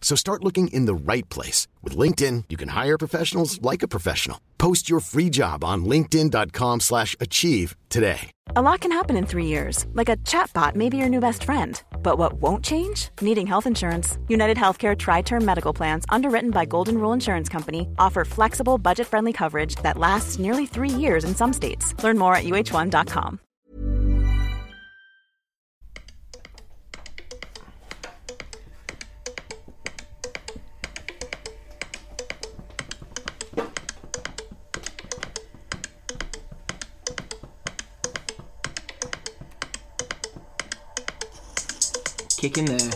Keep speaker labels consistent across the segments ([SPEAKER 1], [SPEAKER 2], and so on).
[SPEAKER 1] So start looking in the right place. With LinkedIn, you can hire professionals like a professional. Post your free job on linkedin.com slash achieve today.
[SPEAKER 2] A lot can happen in three years, like a chatbot may be your new best friend. But what won't change? Needing health insurance. United Healthcare Tri Term Medical Plans, underwritten by Golden Rule Insurance Company, offer flexible, budget friendly coverage that lasts nearly three years in some states. Learn more at uh1.com.
[SPEAKER 3] kick in there.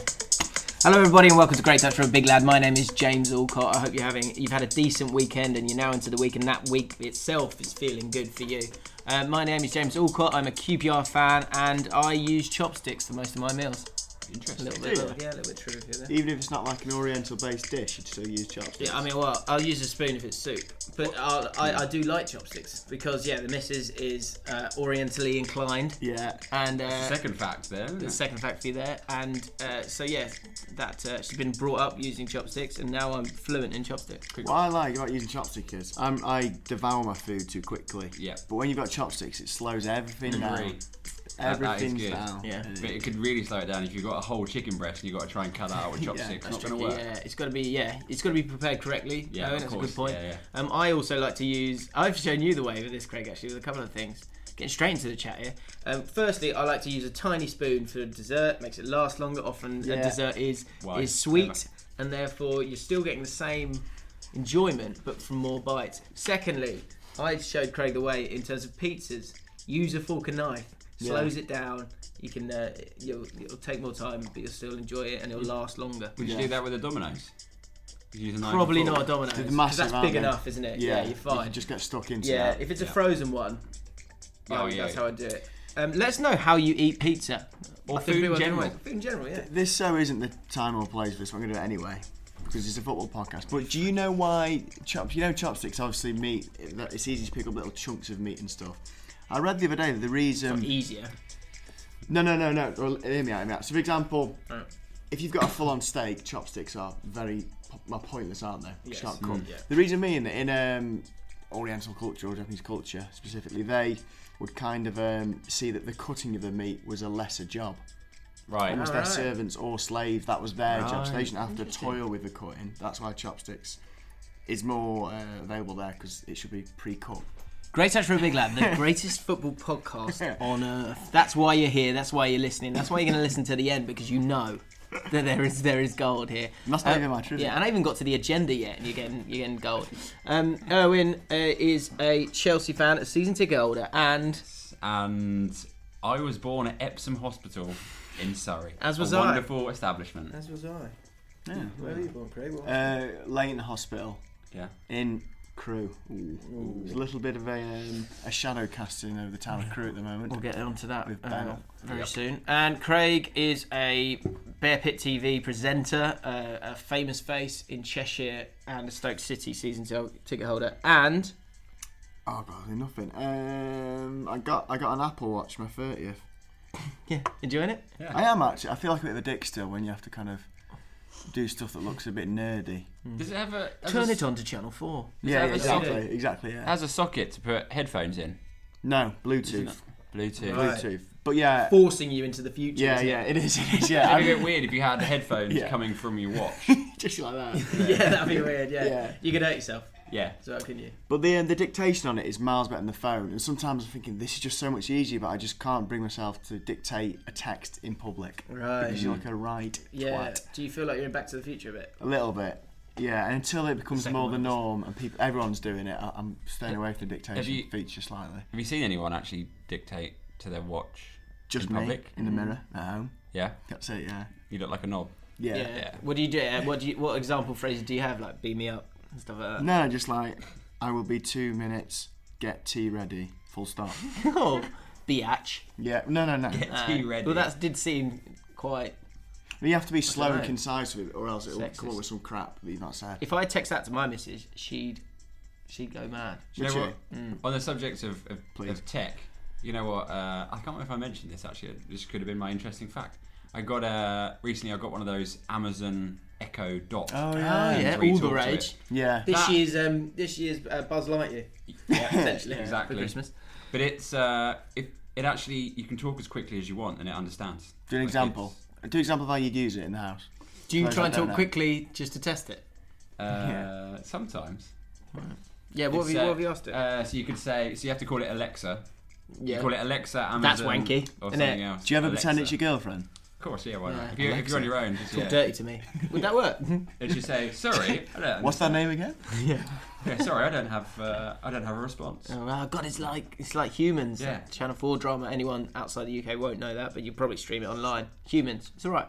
[SPEAKER 3] Hello, everybody, and welcome to Great Touch for a Big Lad. My name is James Alcott. I hope you're having you've had a decent weekend, and you're now into the week, and that week itself is feeling good for you. Uh, my name is James Alcott. I'm a QPR fan, and I use chopsticks for most of my meals.
[SPEAKER 4] Interesting.
[SPEAKER 3] A little bit, yeah, a little bit true here.
[SPEAKER 4] Even if it's not like an oriental-based dish, you'd still use chopsticks.
[SPEAKER 3] Yeah, I mean, well, I'll use a spoon if it's soup, but I'll, I, I do like chopsticks because yeah, the missus is uh, orientally inclined,
[SPEAKER 4] yeah.
[SPEAKER 3] and uh,
[SPEAKER 5] Second fact there. isn't
[SPEAKER 3] the
[SPEAKER 5] it?
[SPEAKER 3] second factory there, and uh, so yes, that uh, she's been brought up using chopsticks, and now I'm fluent in chopsticks.
[SPEAKER 4] What I like about using chopsticks is I'm, I devour my food too quickly.
[SPEAKER 5] Yeah.
[SPEAKER 4] But when you've got chopsticks, it slows everything
[SPEAKER 5] Agree.
[SPEAKER 4] down.
[SPEAKER 5] That- that is
[SPEAKER 4] Everything's
[SPEAKER 5] good.
[SPEAKER 4] down.
[SPEAKER 3] Yeah.
[SPEAKER 4] And
[SPEAKER 5] But
[SPEAKER 4] it-
[SPEAKER 5] it could really slow it down if you've got a whole chicken breast and you've got to try and cut that out with chopsticks. it's not going to work.
[SPEAKER 3] Yeah, it's got to be yeah, it's got to be prepared correctly.
[SPEAKER 5] Yeah,
[SPEAKER 3] Owen,
[SPEAKER 5] of
[SPEAKER 3] that's a
[SPEAKER 5] course,
[SPEAKER 3] good point.
[SPEAKER 5] yeah, yeah.
[SPEAKER 3] Um, I also like to use. I've shown you the way with this, Craig. Actually, with a couple of things. Getting straight into the chat here. Um, firstly, I like to use a tiny spoon for dessert. Makes it last longer. Often, a
[SPEAKER 4] Yeah.
[SPEAKER 3] dessert is
[SPEAKER 5] Why?
[SPEAKER 3] is sweet,
[SPEAKER 5] Clever.
[SPEAKER 3] and therefore you're still getting the same enjoyment, but from more bites. Secondly, I showed Craig the way in terms of pizzas. Use a fork and knife. Slows it down. You can uh, you'll, it'll take more time, but you'll still enjoy it, and it'll last longer.
[SPEAKER 5] Would you do that with a Domino's? Would you use a knife and
[SPEAKER 3] Probably
[SPEAKER 5] fork?
[SPEAKER 3] not a Domino's.
[SPEAKER 4] the
[SPEAKER 3] 'cause
[SPEAKER 4] massive
[SPEAKER 3] that's
[SPEAKER 4] aren't
[SPEAKER 3] big
[SPEAKER 4] they?
[SPEAKER 3] enough, isn't it?
[SPEAKER 4] Yeah,
[SPEAKER 3] you're
[SPEAKER 4] You
[SPEAKER 3] fine.
[SPEAKER 4] can just get stuck into
[SPEAKER 3] yeah,
[SPEAKER 4] that.
[SPEAKER 3] if it's a frozen one,
[SPEAKER 5] Oh,
[SPEAKER 3] yeah,
[SPEAKER 5] yeah.
[SPEAKER 3] that's how I do it. Um, let us know how you eat pizza or
[SPEAKER 5] food in general.
[SPEAKER 3] Food in general, yeah.
[SPEAKER 4] This show isn't the time or place for this. We're going to do it anyway because it's a football podcast. But do you know why chops? You know chopsticks. Obviously, meat. that- It's easy to pick up little chunks of meat and stuff. I read the other day that the reason.
[SPEAKER 3] Easier.
[SPEAKER 4] No, no, no, no. Well, hear me out. Hear me out. So, for example, if you've got a full-on steak, chopsticks are very po- are pointless, aren't they? Yes. Not cooked. The reason being that in um, Oriental culture or Japanese culture specifically, they would kind of um, see that the cutting of the meat was a lesser job
[SPEAKER 5] Right.
[SPEAKER 4] was their servants or slaves. That was their job. So they didn't have to toil with the cutting. That's why chopsticks is more uh, available there because it should be pre-cut.
[SPEAKER 3] Great Touch for a Big Lad, the greatest football podcast on earth. That's why you're here. That's why you're listening. That's why you're going to listen to the end because you know that there is there is gold here. Uh,
[SPEAKER 4] That's not even my trivia.
[SPEAKER 3] Yeah, and I haven't got to the agenda yet, and you're getting you're getting gold. Um, Erwin uh, is a Chelsea fan, a season ticket holder, and
[SPEAKER 5] And I was born at Epsom Hospital in Surrey.
[SPEAKER 3] As was
[SPEAKER 5] a
[SPEAKER 3] I.
[SPEAKER 5] wonderful establishment.
[SPEAKER 3] as was I.
[SPEAKER 4] Yeah.
[SPEAKER 3] Where were you born, Craig?
[SPEAKER 4] Uh, Lane Hospital
[SPEAKER 5] Yeah.
[SPEAKER 4] in Crewe. It's a little bit of a, um, a shadow casting over the town of Crewe at the moment.
[SPEAKER 3] We'll get onto that
[SPEAKER 4] With
[SPEAKER 3] uh,
[SPEAKER 4] Bale.
[SPEAKER 3] very soon. And Craig is a Bear Pit TV presenter, uh, a famous face in Cheshire and a Stoke City season tel- ticket holder, and
[SPEAKER 4] Oh, probably nothing. Um, I got I got an Apple Watch my thirtieth.
[SPEAKER 3] yeah, enjoying it.
[SPEAKER 4] I am actually. I feel like a bit of a dick still when you have to kind of do stuff that looks a bit nerdy.
[SPEAKER 5] Does it have a. has
[SPEAKER 3] Turn
[SPEAKER 5] a,
[SPEAKER 3] it on to Channel Four.
[SPEAKER 4] Yeah,
[SPEAKER 5] that what
[SPEAKER 4] exactly,
[SPEAKER 5] you do?
[SPEAKER 4] exactly. Yeah.
[SPEAKER 5] Has a socket to put headphones in.
[SPEAKER 4] no, Bluetooth,
[SPEAKER 5] Bluetooth.
[SPEAKER 3] Right.
[SPEAKER 4] Bluetooth. But yeah,
[SPEAKER 3] Forcing you into the future.
[SPEAKER 4] Yeah,
[SPEAKER 3] isn't it?
[SPEAKER 4] yeah, it is. It is. Yeah, I
[SPEAKER 5] It'd be a
[SPEAKER 4] mean,
[SPEAKER 5] bit weird if you had headphones
[SPEAKER 4] Yeah.
[SPEAKER 5] coming from your watch.
[SPEAKER 4] just like that.
[SPEAKER 3] yeah. that'd be weird. Yeah.
[SPEAKER 4] Yeah.
[SPEAKER 3] you could hurt yourself.
[SPEAKER 5] Yeah.
[SPEAKER 3] So can you?
[SPEAKER 4] But the um, the dictation on it is miles better than the phone. And sometimes I'm thinking this is just so much easier, but I just can't bring myself to dictate a text in public.
[SPEAKER 3] Right.
[SPEAKER 4] Because you're like a right
[SPEAKER 3] Yeah.
[SPEAKER 4] twat. Oh,
[SPEAKER 3] Do you feel like you're in Back to the Future a bit?
[SPEAKER 4] A little bit. Yeah, and until it becomes more the
[SPEAKER 3] one,
[SPEAKER 4] norm and people, everyone's doing it, I, I'm staying away from the
[SPEAKER 5] Have
[SPEAKER 4] dictation
[SPEAKER 5] you-
[SPEAKER 4] feature slightly.
[SPEAKER 5] Have you seen anyone actually dictate to their watch?
[SPEAKER 4] Just
[SPEAKER 5] in
[SPEAKER 4] me
[SPEAKER 5] public?
[SPEAKER 4] in the
[SPEAKER 3] Mm.
[SPEAKER 4] mirror at home.
[SPEAKER 5] Yeah.
[SPEAKER 4] That's it. Yeah.
[SPEAKER 5] You look like a knob.
[SPEAKER 4] Yeah.
[SPEAKER 3] What do you do? uh, What do you? What example phrases do you have? Like beat me up and stuff like that.
[SPEAKER 4] No, just like I will be two minutes. Get tea ready. Full stop.
[SPEAKER 3] Oh, biatch.
[SPEAKER 4] Yeah, no, no, no.
[SPEAKER 5] Too ready.
[SPEAKER 3] Well, that did seem quite.
[SPEAKER 4] You have to be slow and
[SPEAKER 3] know.
[SPEAKER 4] concise with it, or else it'll come
[SPEAKER 3] Sexist.
[SPEAKER 4] up with some crap that you've not said.
[SPEAKER 3] If I text that to my missus, she'd she'd go mad.
[SPEAKER 5] You know
[SPEAKER 4] Would
[SPEAKER 5] what?
[SPEAKER 3] Mm.
[SPEAKER 5] On the subject of, of, of tech, you know what? Uh, I can't remember if I mentioned this actually. This could have been my interesting fact. I got uh, recently. I got one of those Amazon Echo Dot. Oh
[SPEAKER 3] Oh yeah, all the rage.
[SPEAKER 4] Yeah.
[SPEAKER 3] This
[SPEAKER 5] That-
[SPEAKER 3] year's um, this year's uh, Buzz Lightyear. Yeah, essentially
[SPEAKER 5] Exactly.
[SPEAKER 3] for Christmas.
[SPEAKER 5] But it's uh, if it actually you can talk as quickly as you want and it understands.
[SPEAKER 4] Do an
[SPEAKER 5] Like,
[SPEAKER 4] example.
[SPEAKER 5] it's,
[SPEAKER 4] Do an example of how you'd use it in the house.
[SPEAKER 3] Do you
[SPEAKER 4] Those
[SPEAKER 3] try
[SPEAKER 4] I
[SPEAKER 3] and
[SPEAKER 4] don't
[SPEAKER 3] talk
[SPEAKER 4] know.
[SPEAKER 3] quickly just to test it?
[SPEAKER 5] Uh, Sometimes.
[SPEAKER 3] Yeah. What have
[SPEAKER 5] It's,
[SPEAKER 3] you,
[SPEAKER 5] uh,
[SPEAKER 3] what have you asked it?
[SPEAKER 5] Uh, so you could say. So you have to call it Alexa.
[SPEAKER 3] yeah.
[SPEAKER 5] You call it Alexa. Amazon,
[SPEAKER 3] That's wanky,
[SPEAKER 5] Or
[SPEAKER 3] innit?
[SPEAKER 5] something else.
[SPEAKER 4] Do you ever pretend it's
[SPEAKER 5] Alexa.
[SPEAKER 4] your girlfriend?
[SPEAKER 5] Of course, yeah. Why
[SPEAKER 3] Yeah,
[SPEAKER 5] not? If you're, if you're on your own, just, yeah.
[SPEAKER 3] Dirty to me. Mm-hmm. Would that work?
[SPEAKER 5] And she say, "Sorry, I don't."
[SPEAKER 4] What's that name again?
[SPEAKER 5] Yeah, sorry, I don't have. Uh, I don't have a response.
[SPEAKER 3] Oh, wow, God, it's like it's like humans.
[SPEAKER 5] Yeah.
[SPEAKER 3] Channel Four drama. Anyone outside the UK won't know that, but you probably stream it online. Humans. It's all right.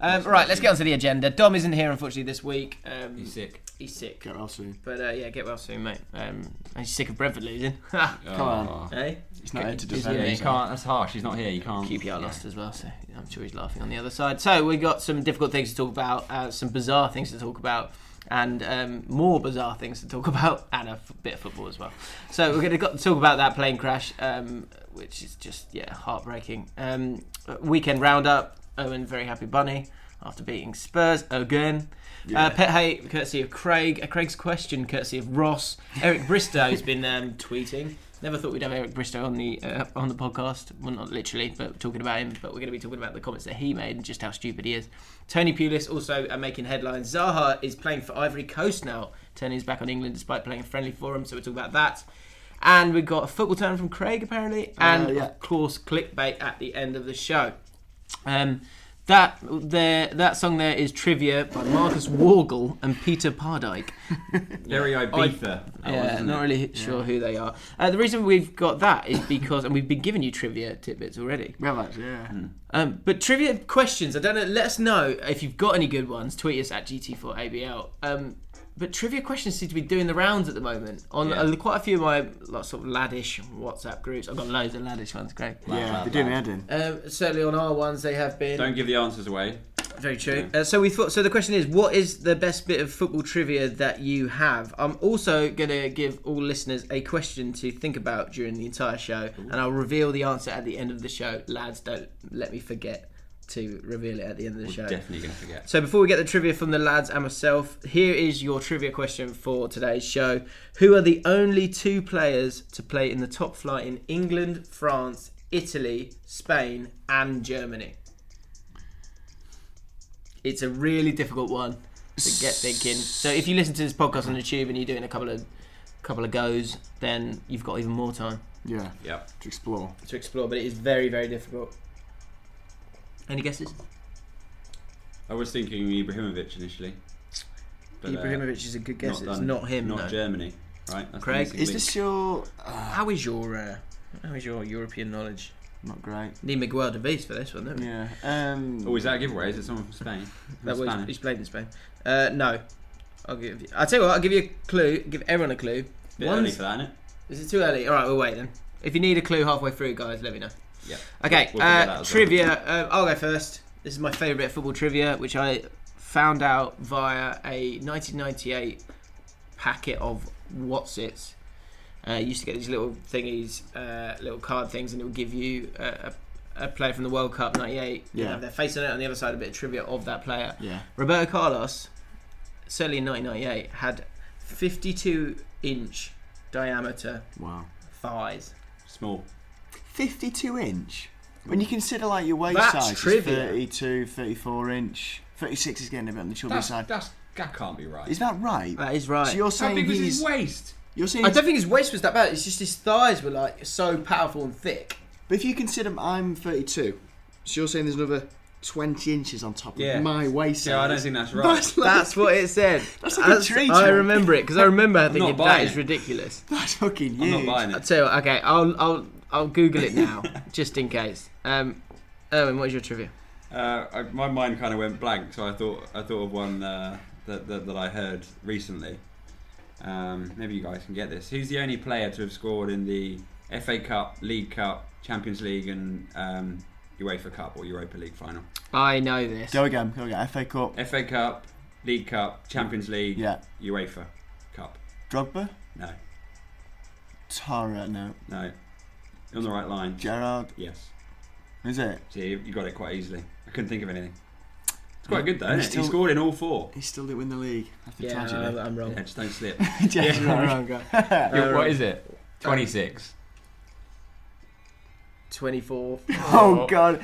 [SPEAKER 3] Um, right, let's get onto the agenda. Dom isn't here unfortunately this week. Um,
[SPEAKER 5] He's sick.
[SPEAKER 3] he's sick.
[SPEAKER 4] Get well soon.
[SPEAKER 3] But uh, yeah, get well soon, mate. Um, and he's sick of Brentford losing.
[SPEAKER 4] Come on.
[SPEAKER 3] hey,
[SPEAKER 4] It's not here to
[SPEAKER 3] Is
[SPEAKER 4] defend
[SPEAKER 3] he-
[SPEAKER 5] Yeah, you
[SPEAKER 4] himself.
[SPEAKER 5] can't. That's harsh. He's not here. You can't.
[SPEAKER 3] QPR lost as well, so I'm sure he's laughing on the other side. So we got some difficult things to talk about, uh, some bizarre things to talk about, and um, more bizarre things to talk about, and a f- bit of football as well. So we're going to talk about that plane crash, um, which is just yeah heartbreaking. Um, weekend roundup. Owen very happy bunny after beating Spurs again. Uh, Pet hate courtesy of Craig. Uh, Craig's question courtesy of Ross. Eric Bristow's been um, tweeting. Never thought we'd have Eric Bristow on the uh, on the podcast. Well, not literally, but talking about him. But we're going to be talking about the comments that he made and just how stupid he is. Tony Pulis also uh, making headlines. Zaha is playing for Ivory Coast now. Turning his back on England despite playing a friendly for him. So we're talking about that. And we've got a football turn from Craig apparently, and
[SPEAKER 4] yeah.
[SPEAKER 3] of course clickbait at the end of the show. Um, that there, that song there is trivia by Marcus Wargle and Peter Pardike.
[SPEAKER 5] Very Ibiza.
[SPEAKER 3] yeah, not really sure who they are. Uh, the reason we've got that is because, and we've been giving you trivia tidbits already.
[SPEAKER 4] We have actually, yeah.
[SPEAKER 5] Hmm.
[SPEAKER 3] Um, but trivia questions, I don't know. Let us know if you've got any good ones. Tweet us at GT4ABL. Um, but trivia questions seem to be doing the rounds at the moment on
[SPEAKER 5] Yeah.
[SPEAKER 3] uh, quite a few of my like, sort of laddish WhatsApp groups. I've got loads of laddish ones. Great.
[SPEAKER 4] Yeah, they do me head in.
[SPEAKER 3] Um, certainly on our ones, they have been.
[SPEAKER 5] Don't give the answers away.
[SPEAKER 3] Very true. Uh, so we thought. So the question is, what is the best bit of football trivia that you have? I'm also going to give all listeners a question to think about during the entire show, and I'll reveal the answer at the end of the show. Lads, don't let me forget to reveal it at the end of the show.
[SPEAKER 5] Definitely gonna forget.
[SPEAKER 3] So before we get the trivia from the lads and myself, here is your trivia question for today's show: Who are the only two players to play in the top flight in England, France, Italy, Spain, and Germany? it's a really difficult one to get thinking. So if you listen to this podcast on the tube and you're doing a couple of couple of goes, then you've got even more time
[SPEAKER 4] Yeah.
[SPEAKER 5] Yep.
[SPEAKER 4] To explore.
[SPEAKER 3] to explore. But it is very very difficult. Any guesses?
[SPEAKER 5] I was thinking Ibrahimovic initially. But, uh,
[SPEAKER 3] Ibrahimovic is a good guess. it's
[SPEAKER 5] done.
[SPEAKER 3] not him.
[SPEAKER 5] Not
[SPEAKER 3] no.
[SPEAKER 5] Germany. Right. That's the
[SPEAKER 3] Craig,
[SPEAKER 5] missing
[SPEAKER 4] Is
[SPEAKER 5] link.
[SPEAKER 4] this your. Uh,
[SPEAKER 3] How is your uh, how is your European knowledge?
[SPEAKER 4] not great.
[SPEAKER 3] Need Miguel Davies for this one, don't we?
[SPEAKER 4] Yeah. Um,
[SPEAKER 5] Oh, is that a giveaway? Is it someone from Spain?
[SPEAKER 3] That
[SPEAKER 5] From
[SPEAKER 3] was,
[SPEAKER 5] Spanish?
[SPEAKER 3] he's played in Spain. Uh, no, I'll give you. I'll tell you what. I'll give you a clue. Give everyone a clue.
[SPEAKER 5] Bit
[SPEAKER 3] One's-
[SPEAKER 5] early for that, isn't it?
[SPEAKER 3] Is it too early? All right, we'll wait then. If you need a clue halfway through, guys, let me know.
[SPEAKER 5] Yeah.
[SPEAKER 3] Okay,
[SPEAKER 5] We'll figure that out
[SPEAKER 3] uh,
[SPEAKER 5] as well.
[SPEAKER 3] trivia. Um, I'll go first. This is my favourite bit of football trivia, which I found out via a 1998 packet of What's It. Uh, you used to get these little thingies, uh, little card things, and it would give you uh, a, a player from the World Cup '98.
[SPEAKER 4] Yeah.
[SPEAKER 3] have their face on it. On the other side, a bit of trivia of that player.
[SPEAKER 4] Yeah.
[SPEAKER 3] Roberto Carlos, certainly in 1998, had 52 inch diameter
[SPEAKER 4] Wow.
[SPEAKER 3] thighs.
[SPEAKER 5] Small.
[SPEAKER 4] 52 inch? When you consider like your waist
[SPEAKER 3] That's
[SPEAKER 4] size is
[SPEAKER 3] trivia.
[SPEAKER 4] 32, 34 inch, 36 is getting a bit on the chubby
[SPEAKER 5] That's,
[SPEAKER 4] side.
[SPEAKER 5] that's that can't be right.
[SPEAKER 4] Is that right?
[SPEAKER 3] That is right.
[SPEAKER 4] So you're
[SPEAKER 5] How
[SPEAKER 4] saying
[SPEAKER 5] big was
[SPEAKER 4] he's,
[SPEAKER 5] his waist?
[SPEAKER 4] you're saying,
[SPEAKER 3] I don't think his waist was that bad. It's just his thighs were like so powerful and thick.
[SPEAKER 4] but if you consider I'm 32, so you're saying there's another 20 inches on top
[SPEAKER 5] Yeah.
[SPEAKER 4] of my waist size.
[SPEAKER 5] Yeah, I don't think that's right.
[SPEAKER 4] That's, like,
[SPEAKER 3] That's what it said.
[SPEAKER 4] That's like a tree
[SPEAKER 3] I
[SPEAKER 4] trunk.
[SPEAKER 3] remember it because I remember thinking
[SPEAKER 5] not buying
[SPEAKER 3] that is
[SPEAKER 5] it."
[SPEAKER 3] ridiculous.
[SPEAKER 4] that's fucking
[SPEAKER 5] I'm
[SPEAKER 4] huge.
[SPEAKER 5] not buying
[SPEAKER 3] I
[SPEAKER 5] it.
[SPEAKER 3] tell you what, okay, I'll I'll I'll Google it now just in case. Um, Erwin, what is your trivia?
[SPEAKER 5] Uh, I, my mind kind of went blank, so I thought I thought of one uh, that, that that I heard recently. Um, maybe you guys can get this. Who's the only player to have scored in the FA Cup, League Cup, Champions League, and um, UEFA Cup or Europa League final.
[SPEAKER 3] I know this.
[SPEAKER 4] Go again. Go again. FA Cup.
[SPEAKER 5] FA Cup, League Cup, Champions League,
[SPEAKER 4] Yeah.
[SPEAKER 5] UEFA Cup.
[SPEAKER 4] Drogba.
[SPEAKER 5] No,
[SPEAKER 4] Tara. No.
[SPEAKER 5] no, You're on the right line.
[SPEAKER 4] Gerard.
[SPEAKER 5] Yes.
[SPEAKER 4] Is it?
[SPEAKER 5] See, you you got it quite easily. I couldn't think of anything. It's quite good though.
[SPEAKER 4] He's
[SPEAKER 5] Isn't it? He
[SPEAKER 4] still-
[SPEAKER 5] scored in all four.
[SPEAKER 4] He still didn't win the league after
[SPEAKER 3] Yeah, I'm,
[SPEAKER 4] tragedy.
[SPEAKER 3] I'm wrong.
[SPEAKER 5] Yeah, just don't slip.
[SPEAKER 4] Yes,
[SPEAKER 3] I'm
[SPEAKER 4] right.
[SPEAKER 3] wrong. guy.
[SPEAKER 6] Yeah, what is it? 26.
[SPEAKER 3] 24.
[SPEAKER 4] Oh god,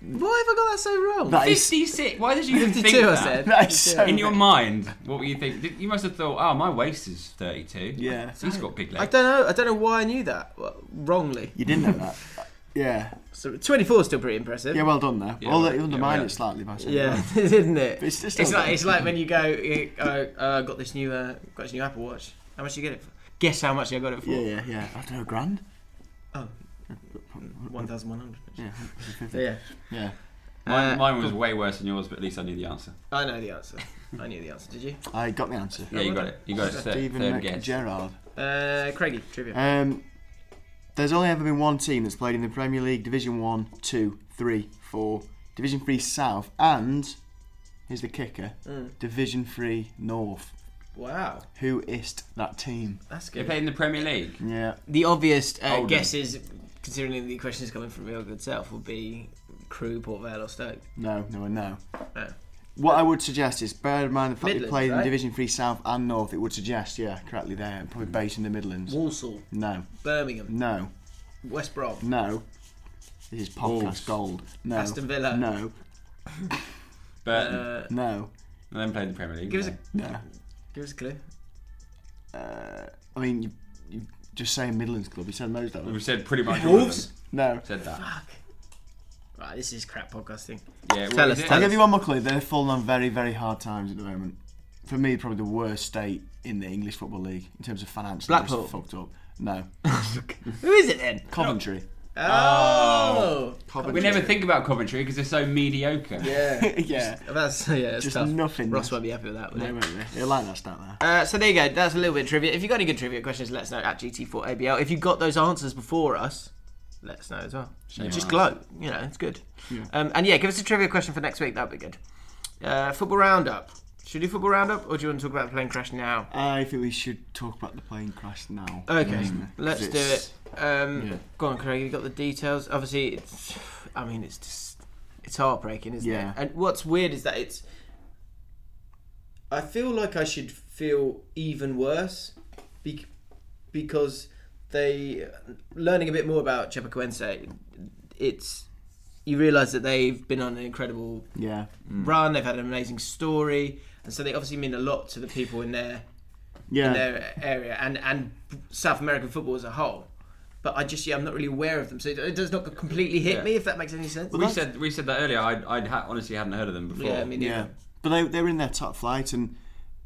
[SPEAKER 3] Why have I got that so wrong?
[SPEAKER 4] that is
[SPEAKER 5] 56. Why did you even think
[SPEAKER 3] 52, I
[SPEAKER 5] that?
[SPEAKER 3] said.
[SPEAKER 4] that is so.
[SPEAKER 5] In your mind, what were you thinking? Did- You must have thought, oh, my waist is 32.
[SPEAKER 4] Yeah.
[SPEAKER 5] He's got big
[SPEAKER 3] I
[SPEAKER 5] legs.
[SPEAKER 3] don't know. I don't know why I knew that well, wrongly.
[SPEAKER 4] you didn't know that. Yeah.
[SPEAKER 3] So 24 is still pretty impressive.
[SPEAKER 4] Yeah. Well done there.
[SPEAKER 5] Yeah,
[SPEAKER 4] Although
[SPEAKER 5] well,
[SPEAKER 4] you
[SPEAKER 5] yeah,
[SPEAKER 4] undermined
[SPEAKER 5] well,
[SPEAKER 4] it slightly by saying
[SPEAKER 3] Yeah,
[SPEAKER 4] that.
[SPEAKER 3] isn't it?
[SPEAKER 4] But it's just
[SPEAKER 3] it's
[SPEAKER 4] not
[SPEAKER 3] like
[SPEAKER 4] bad.
[SPEAKER 3] it's like when you go, eh, oh, uh, got this new, uh, got this new Apple Watch. How much do you get it for? Guess how much I got it for?
[SPEAKER 4] Yeah. Yeah. Yeah. After a grand.
[SPEAKER 3] Oh, 1,100.
[SPEAKER 4] Yeah.
[SPEAKER 3] Yeah,
[SPEAKER 4] Yeah.
[SPEAKER 5] Mine,
[SPEAKER 3] Uh,
[SPEAKER 5] mine was way worse than yours, but at least I knew the answer.
[SPEAKER 3] I know the answer. I knew the answer. Did you?
[SPEAKER 4] I got the answer.
[SPEAKER 5] Yeah, you got it. You got it. Third,
[SPEAKER 4] Steven
[SPEAKER 5] third
[SPEAKER 4] Mac-
[SPEAKER 5] guess.
[SPEAKER 4] Gerrard.
[SPEAKER 3] Uh, Craigie trivia.
[SPEAKER 4] Um, there's only ever been one team that's played in the Premier League Division 1, 2, 3, 4, Division 3 South, and here's the kicker
[SPEAKER 3] Mm.
[SPEAKER 4] Division 3 North.
[SPEAKER 3] wow,
[SPEAKER 4] Who is that team?
[SPEAKER 3] that's
[SPEAKER 5] They
[SPEAKER 3] good.
[SPEAKER 5] played in the Premier League.
[SPEAKER 4] Yeah.
[SPEAKER 3] The obvious uh,
[SPEAKER 5] Oldham.
[SPEAKER 3] guesses, considering the question is coming from your good self, would be Crew, Port Vale, or Stoke. Uh,
[SPEAKER 4] No, no, no.
[SPEAKER 3] No.
[SPEAKER 4] What I would suggest is bear in mind the fact they
[SPEAKER 3] Midlands,
[SPEAKER 4] played
[SPEAKER 3] right?
[SPEAKER 4] in Division 3 South and North, it would suggest, yeah, correctly there, probably based in the Midlands.
[SPEAKER 3] Walsall,
[SPEAKER 4] No,
[SPEAKER 3] Birmingham,
[SPEAKER 4] no,
[SPEAKER 3] West Brom.
[SPEAKER 4] no. This is podcast
[SPEAKER 5] Wolves.
[SPEAKER 4] gold. No.
[SPEAKER 3] Aston Villa.
[SPEAKER 4] No,
[SPEAKER 5] But
[SPEAKER 3] Uh,
[SPEAKER 4] no,
[SPEAKER 5] and then played in the Premier League.
[SPEAKER 3] give us a
[SPEAKER 5] so.
[SPEAKER 4] no.
[SPEAKER 3] give us a clue.
[SPEAKER 4] Uh, I mean, you, you just saying Midlands club. You said most of them.
[SPEAKER 5] We've said pretty much all of
[SPEAKER 3] Wolves.
[SPEAKER 5] them.
[SPEAKER 4] No.
[SPEAKER 5] Said that.
[SPEAKER 3] Right, this is crap podcasting.
[SPEAKER 5] Yeah.
[SPEAKER 3] Tell
[SPEAKER 5] what
[SPEAKER 3] us,
[SPEAKER 5] is it?
[SPEAKER 3] tell
[SPEAKER 4] I'll
[SPEAKER 3] us.
[SPEAKER 4] give you one more clue. They're falling on very, very hard times at the moment. For me, probably the worst state in the English Football League in terms of finance. They're just
[SPEAKER 3] Blackpool.
[SPEAKER 4] Fucked up. No.
[SPEAKER 3] Who is it then?
[SPEAKER 4] Coventry.
[SPEAKER 3] Oh,
[SPEAKER 5] We never think about Coventry because they're so mediocre.
[SPEAKER 3] yeah.
[SPEAKER 4] yeah.
[SPEAKER 3] That's yeah, it's
[SPEAKER 4] Just
[SPEAKER 3] tough.
[SPEAKER 4] nothing.
[SPEAKER 3] Ross won't be happy with that. Will
[SPEAKER 4] They
[SPEAKER 3] he?
[SPEAKER 4] won't be. They like that stat there.
[SPEAKER 3] Uh, so there you go. That's a little bit of trivia. If you have got any good trivia questions, let us know at GT4ABL. If you got those answers before us, let us know as well. Just gloat. You know, it's good. Um, and yeah, give us a trivia question for next week. That'd be good. Uh, football roundup. Should we do football roundup, or do you want to talk about the plane crash now?
[SPEAKER 4] I think we should talk about the plane crash now.
[SPEAKER 3] Okay,
[SPEAKER 4] personally, 'cause
[SPEAKER 3] let's do
[SPEAKER 4] it's-
[SPEAKER 3] it. Um,
[SPEAKER 4] yeah.
[SPEAKER 3] Go on, Craig. You got the details. Obviously, it's. I mean, it's just. It's heartbreaking, isn't
[SPEAKER 4] Yeah.
[SPEAKER 3] it? And what's weird is that it's. I feel like I should feel even worse, bec- because they learning a bit more about Chapecoense. It's you realise that they've been on an incredible
[SPEAKER 4] Yeah.
[SPEAKER 3] run. They've had an amazing story, and so they obviously mean a lot to the people in there
[SPEAKER 4] Yeah.
[SPEAKER 3] in their area and and South American football as a whole. But I just yeah, I'm not really aware of them, so it- it does not completely hit me if that makes any sense.
[SPEAKER 5] We said we said that earlier. I I ha- honestly hadn't heard of them before.
[SPEAKER 3] yeah, I mean,
[SPEAKER 4] Yeah, but they, they were in their top flight, and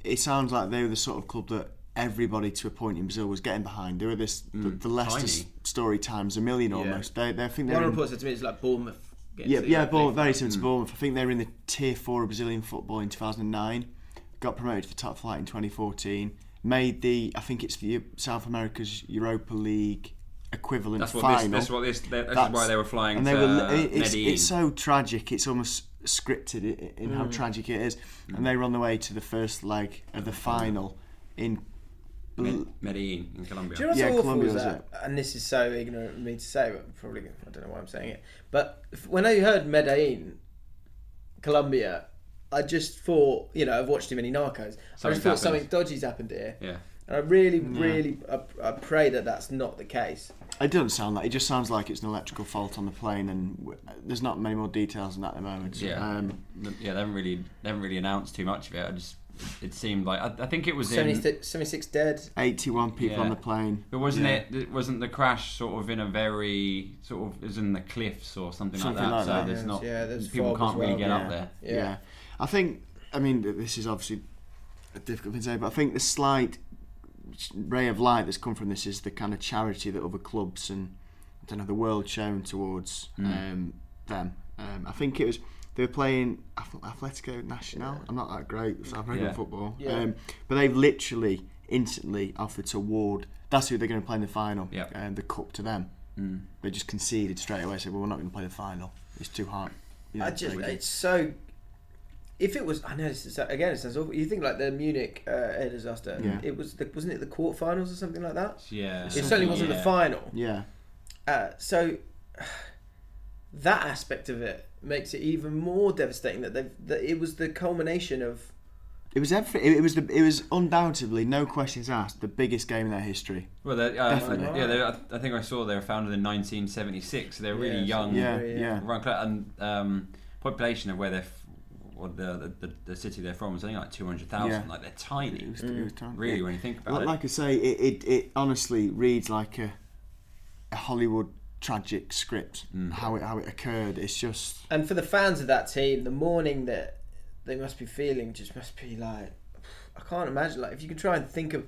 [SPEAKER 4] it sounds like they were the sort of club that everybody to a point in Brazil was getting behind. They were this the, the Leicester s-
[SPEAKER 5] Mm. tiny.
[SPEAKER 4] story times a million almost. They, they I think they're
[SPEAKER 3] one
[SPEAKER 4] in,
[SPEAKER 3] report said to me it's like Bournemouth. getting
[SPEAKER 4] yeah
[SPEAKER 3] to the
[SPEAKER 4] yeah
[SPEAKER 3] Europa
[SPEAKER 4] Bournemouth,
[SPEAKER 3] League.
[SPEAKER 4] very similar
[SPEAKER 5] Mm.
[SPEAKER 4] to Bournemouth. I think they were in the tier four of Brazilian football in 2009. Got promoted to the top flight in 2014. Made the I think it's the Eu- South America's Europa League equivalent
[SPEAKER 5] That's what
[SPEAKER 4] final.
[SPEAKER 5] this. That's what this. This is why
[SPEAKER 4] That's-
[SPEAKER 5] they were flying
[SPEAKER 4] and
[SPEAKER 5] to
[SPEAKER 4] they were, it- it's,
[SPEAKER 5] Medellin.
[SPEAKER 4] it's um, so tragic. It's almost scripted i- in how tragic it is.
[SPEAKER 5] Mm.
[SPEAKER 4] And they were on the way to the first leg of the final in.
[SPEAKER 5] Me- Medellin in Colombia.
[SPEAKER 3] Do you know what's
[SPEAKER 4] Yeah,
[SPEAKER 3] awful
[SPEAKER 4] Colombia
[SPEAKER 3] is
[SPEAKER 4] was
[SPEAKER 3] that? And this is so ignorant of me to say, but probably I don't know why I'm saying it. But f- when I heard Medellin, Colombia, I just thought you know I've watched too many Narcos. I
[SPEAKER 5] Something's
[SPEAKER 3] just thought
[SPEAKER 5] happened.
[SPEAKER 3] something dodgy's happened here.
[SPEAKER 5] yeah.
[SPEAKER 3] And I really, really, I, I pray that that's not the case.
[SPEAKER 4] It doesn't sound like it. Just sounds like it's an electrical fault on the plane, and w- there's not many more details than that at the moment. So,
[SPEAKER 5] Yeah.
[SPEAKER 4] Um,
[SPEAKER 5] Th- Yeah, they haven't really they haven't really announced too much of it. I just it seemed like I, I think it was in
[SPEAKER 3] 76, 76 dead.
[SPEAKER 4] 81 people
[SPEAKER 5] Yeah.
[SPEAKER 4] on the plane.
[SPEAKER 5] but wasn't it it wasn't the crash sort of in a very sort of it was in the cliffs or something,
[SPEAKER 4] Something
[SPEAKER 5] like that.
[SPEAKER 4] like
[SPEAKER 5] so
[SPEAKER 4] that.
[SPEAKER 5] there's
[SPEAKER 3] Yeah,
[SPEAKER 5] not
[SPEAKER 3] yeah, there's
[SPEAKER 5] people
[SPEAKER 3] fog as
[SPEAKER 5] can't really
[SPEAKER 3] well.
[SPEAKER 5] get
[SPEAKER 4] Yeah.
[SPEAKER 5] up there.
[SPEAKER 4] Yeah. I think, I mean, th- this is obviously a difficult thing to say, but I think the slight ray of light that's come from this is the kind of charity that other clubs and, I don't know, the world shown towards um, them. Um, I think it was, they were playing Ath- Atletico Nacional. I'm not that great at South American
[SPEAKER 5] Yeah.
[SPEAKER 4] football. Um, but they've literally instantly offered to award That's who they're going to play in the final.
[SPEAKER 5] Yep.
[SPEAKER 4] And the cup to them. Mm. They just conceded straight away. Said, "Well, we're not going to play the final. It's too hard." You know,
[SPEAKER 7] I just
[SPEAKER 4] they did.
[SPEAKER 7] it's so. If it was, I know this is again. It sounds awful. You think like the Munich uh, air disaster.
[SPEAKER 4] Yeah.
[SPEAKER 7] It was, the, wasn't it the quarterfinals or something like that?
[SPEAKER 5] Yeah.
[SPEAKER 7] It certainly wasn't the
[SPEAKER 5] Yeah.
[SPEAKER 7] final.
[SPEAKER 4] yeah,
[SPEAKER 7] Uh, so that aspect of it makes it even more devastating that they've that it was the culmination of
[SPEAKER 4] it was every, it was the it was undoubtedly no questions asked the biggest game in their history.
[SPEAKER 5] Well, they, uh,
[SPEAKER 4] Definitely.
[SPEAKER 5] yeah, they, I I think I saw they were founded in 1976. So they're really
[SPEAKER 7] Yeah,
[SPEAKER 5] young.
[SPEAKER 4] Yeah,
[SPEAKER 7] yeah.
[SPEAKER 4] yeah.
[SPEAKER 5] Right, cla- and um, population of where they're, f- or the, the the city they're from is only like 200,000.
[SPEAKER 4] Yeah.
[SPEAKER 5] Like they're tiny.
[SPEAKER 4] It was, it was terrible.
[SPEAKER 5] Mm, really,
[SPEAKER 4] Yeah.
[SPEAKER 5] when you think about
[SPEAKER 4] Like,
[SPEAKER 5] it.
[SPEAKER 4] like I say, it, it, it honestly reads like a, a Hollywood tragic script.
[SPEAKER 5] Mm.
[SPEAKER 4] How it how it occurred. It's just
[SPEAKER 7] and for the fans of that team the morning that they must be feeling just must be like i can't imagine like if you can try and think of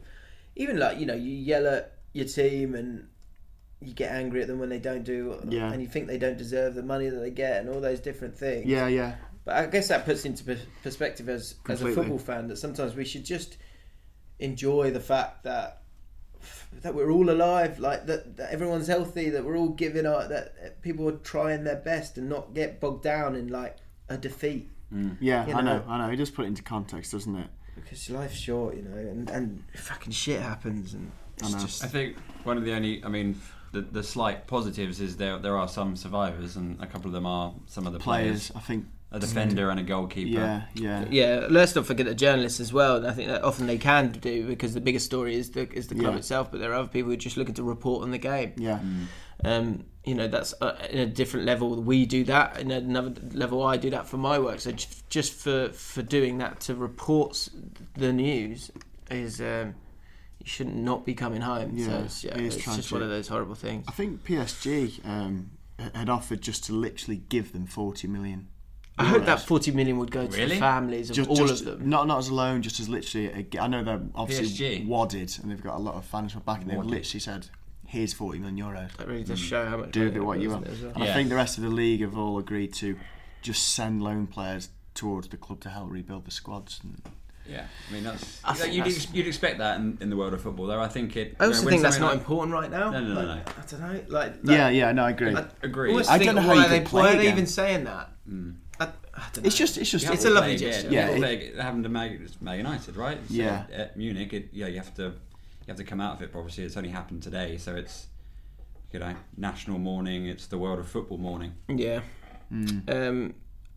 [SPEAKER 7] even like you know you yell at your team and you get angry at them when they don't do
[SPEAKER 4] Yeah.
[SPEAKER 7] and you think they don't deserve the money that they get and all those different things
[SPEAKER 4] yeah, yeah.
[SPEAKER 7] But I guess that puts into per- perspective as as
[SPEAKER 4] Completely.
[SPEAKER 7] a football fan that sometimes we should just enjoy the fact that that we're all alive, like that, that everyone's healthy, that we're all giving our that people are trying their best and not get bogged down in like a defeat
[SPEAKER 5] Mm.
[SPEAKER 4] Yeah,
[SPEAKER 7] You
[SPEAKER 4] I
[SPEAKER 7] know.
[SPEAKER 4] know, I know. It does put it into context, doesn't it?
[SPEAKER 7] because life's short, you know, and and fucking shit happens and it's just
[SPEAKER 5] I think one of the only, I mean, the, the slight positives is there there are some survivors, and a couple of them are some of the players,
[SPEAKER 4] Players, I think.
[SPEAKER 5] a defender and a goalkeeper.
[SPEAKER 4] Yeah, yeah,
[SPEAKER 3] Yeah, let's not forget the journalists as well. And I think that often they can do because the biggest story is the is the club
[SPEAKER 4] Yeah.
[SPEAKER 3] itself, but there are other people who are just looking to report on the game.
[SPEAKER 4] yeah.
[SPEAKER 5] Mm.
[SPEAKER 3] Um, you know, that's uh, in a different level. We do that in another level. I do that for my work. So j- just for for doing that to report s- the news is um, you shouldn't not be coming home. so
[SPEAKER 4] Yeah,
[SPEAKER 3] it's, yeah,
[SPEAKER 4] it is
[SPEAKER 3] it's just one
[SPEAKER 4] tragic.
[SPEAKER 3] of those horrible things.
[SPEAKER 4] I think PSG um, h- had offered just to literally give them forty million.
[SPEAKER 3] I hope that forty million would go to
[SPEAKER 5] Really?
[SPEAKER 3] the families of
[SPEAKER 4] Just,
[SPEAKER 3] all
[SPEAKER 4] just-
[SPEAKER 3] of them.
[SPEAKER 4] Not not as a loan, just as literally. A, g- I know they're obviously
[SPEAKER 5] PSG.
[SPEAKER 4] wadded and they've got a lot of financial backing. They've
[SPEAKER 5] Wadded.
[SPEAKER 4] literally said, "Here's forty million euros."
[SPEAKER 3] That really does show how much
[SPEAKER 4] do
[SPEAKER 3] money
[SPEAKER 4] with it what
[SPEAKER 3] it
[SPEAKER 4] you
[SPEAKER 3] was,
[SPEAKER 4] want.
[SPEAKER 3] isn't it, as well?
[SPEAKER 4] And
[SPEAKER 5] Yeah.
[SPEAKER 4] I think the rest of the league have all agreed to just send loan players towards the club to help rebuild the squads. And
[SPEAKER 5] Yeah, I mean that's,
[SPEAKER 3] I think
[SPEAKER 5] you'd,
[SPEAKER 3] that's-
[SPEAKER 5] ex- you'd expect that in, in the world of football, though. I think it.
[SPEAKER 3] I also
[SPEAKER 5] you know, when
[SPEAKER 3] think that's
[SPEAKER 5] something
[SPEAKER 3] not
[SPEAKER 5] like-
[SPEAKER 3] important right now.
[SPEAKER 5] No, no, no,
[SPEAKER 7] like, I don't know, like
[SPEAKER 4] yeah, yeah, no, I agree.
[SPEAKER 7] I-
[SPEAKER 5] Agree. Hmm.
[SPEAKER 3] almost
[SPEAKER 4] I
[SPEAKER 3] think,
[SPEAKER 4] don't know how
[SPEAKER 3] why
[SPEAKER 4] you
[SPEAKER 3] are they
[SPEAKER 4] could play
[SPEAKER 3] why are they
[SPEAKER 4] again.
[SPEAKER 3] even saying that? I, I don't know.
[SPEAKER 4] it's just, it's just,
[SPEAKER 5] You have
[SPEAKER 3] It's
[SPEAKER 5] to
[SPEAKER 3] a
[SPEAKER 5] play
[SPEAKER 3] lovely
[SPEAKER 5] again.
[SPEAKER 3] gesture.
[SPEAKER 5] You have to
[SPEAKER 4] Yeah.
[SPEAKER 5] play- It happened to Man, it's Man United, right? So
[SPEAKER 4] Yeah.
[SPEAKER 5] At Munich, it, yeah, you have to you have to come out of it. But obviously, it's only happened today, so it's you know national morning. It's the world of football morning.
[SPEAKER 3] Yeah. Um,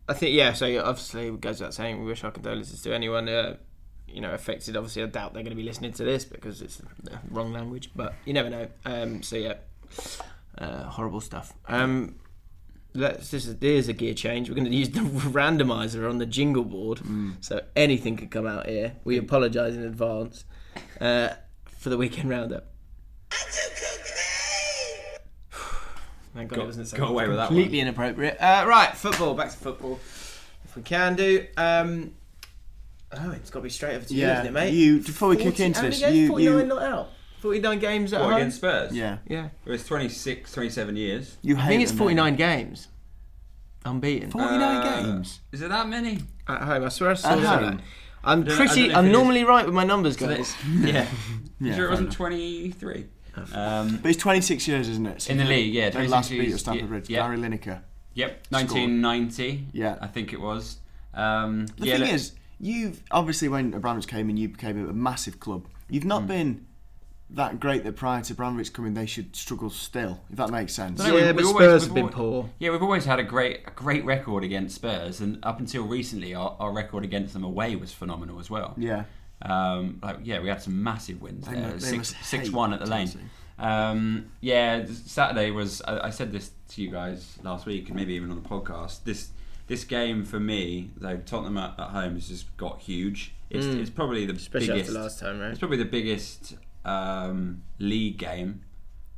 [SPEAKER 3] I think yeah. So yeah, obviously, it goes without saying, we wish our condolences to anyone uh, you know affected. Obviously, I doubt they're going to be listening to this because it's the wrong language, but you never know. Um, so yeah, uh, horrible stuff. Um, let's this is there's a gear change. We're going to use the randomizer on the jingle board,
[SPEAKER 4] Mm.
[SPEAKER 3] so anything could come out here. We apologise in advance uh, for the weekend roundup. Thank God it wasn't
[SPEAKER 5] Got away with that one.
[SPEAKER 3] completely inappropriate. Uh, right, football. Back to football. If we can do. Um, oh, it's got to be straight over to you,
[SPEAKER 4] Yeah,
[SPEAKER 3] isn't it, mate?
[SPEAKER 4] you- before we kick
[SPEAKER 3] 40
[SPEAKER 4] into
[SPEAKER 3] how many
[SPEAKER 4] this,
[SPEAKER 3] games?
[SPEAKER 4] you-
[SPEAKER 3] 49
[SPEAKER 4] you-
[SPEAKER 3] not out. 49 games at
[SPEAKER 5] What,
[SPEAKER 3] home.
[SPEAKER 5] against Spurs?
[SPEAKER 4] Uh-huh. yeah.
[SPEAKER 3] Yeah.
[SPEAKER 5] It was 26, 27 years.
[SPEAKER 4] You
[SPEAKER 3] I think it's 49 games. Unbeaten.
[SPEAKER 4] Forty-nine
[SPEAKER 5] Uh,
[SPEAKER 4] games.
[SPEAKER 5] Is it that many?
[SPEAKER 3] At home, I swear I saw that.
[SPEAKER 4] home.
[SPEAKER 3] I'm
[SPEAKER 5] don't- I don't
[SPEAKER 3] pretty.
[SPEAKER 5] know if it
[SPEAKER 3] I'm
[SPEAKER 5] is.
[SPEAKER 3] normally right with my numbers, guys.
[SPEAKER 5] That's- yeah. sure
[SPEAKER 4] Yeah,
[SPEAKER 5] it
[SPEAKER 4] fair
[SPEAKER 5] wasn't
[SPEAKER 4] enough.
[SPEAKER 5] 23? Um,
[SPEAKER 4] But it's 26 years, isn't it?
[SPEAKER 5] in the league, yeah.
[SPEAKER 4] They
[SPEAKER 5] 26
[SPEAKER 4] last beat
[SPEAKER 5] years.
[SPEAKER 4] at Stamford Bridge.
[SPEAKER 5] Yeah,
[SPEAKER 4] Gary Lineker.
[SPEAKER 5] Yep, 1990.
[SPEAKER 4] Yeah.
[SPEAKER 5] I think it was. Um,
[SPEAKER 4] The
[SPEAKER 5] yeah,
[SPEAKER 4] thing
[SPEAKER 5] look-
[SPEAKER 4] is, you've obviously when Abramovich came in, you became a massive club. You've
[SPEAKER 5] Hmm.
[SPEAKER 4] not been that great that prior to Abramovich coming, they should struggle still. If that makes sense.
[SPEAKER 5] No, we-
[SPEAKER 3] Yeah,
[SPEAKER 5] we
[SPEAKER 3] but
[SPEAKER 5] always-
[SPEAKER 3] Spurs
[SPEAKER 5] we've
[SPEAKER 3] have been
[SPEAKER 5] always-
[SPEAKER 3] poor.
[SPEAKER 5] Yeah, we've always had a great, a great record against Spurs, and up until recently, our, our record against them away was phenomenal as well.
[SPEAKER 4] Yeah.
[SPEAKER 5] Um, like yeah, we had some massive wins
[SPEAKER 4] They
[SPEAKER 5] there.
[SPEAKER 4] mu- they
[SPEAKER 5] six,
[SPEAKER 4] must
[SPEAKER 5] six
[SPEAKER 4] hate
[SPEAKER 5] one at the lane.
[SPEAKER 4] Chelsea.
[SPEAKER 5] Um, yeah, Saturday was. I, I said this to you guys last week, and maybe even on the podcast. This this game for me, though Tottenham at, at home has just got huge. It's, it's probably the
[SPEAKER 3] Hmm. Especially after
[SPEAKER 5] biggest.
[SPEAKER 3] last time, right?
[SPEAKER 5] It's probably the biggest um, league game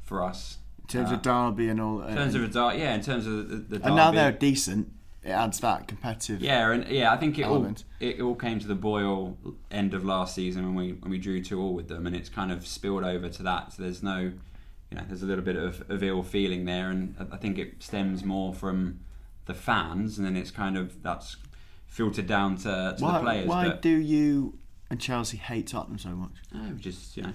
[SPEAKER 5] for us.
[SPEAKER 4] In terms of Derby and all. uh,
[SPEAKER 5] In terms of a dark, yeah, in terms of the, the derby.
[SPEAKER 4] and now they're decent. It adds that competitive.
[SPEAKER 5] Yeah, and yeah, I think it all,
[SPEAKER 4] Element.
[SPEAKER 5] it all came to the boil end of last season when we when we drew two all with them, and it's kind of spilled over to that. So there's no, you know, there's a little bit of, of ill feeling there, and I- I think it stems more from the fans, and then it's kind of that's filtered down to, to
[SPEAKER 4] Why,
[SPEAKER 5] the players.
[SPEAKER 4] why
[SPEAKER 5] but
[SPEAKER 4] do you and Chelsea hate Tottenham so much?
[SPEAKER 5] no, just you know,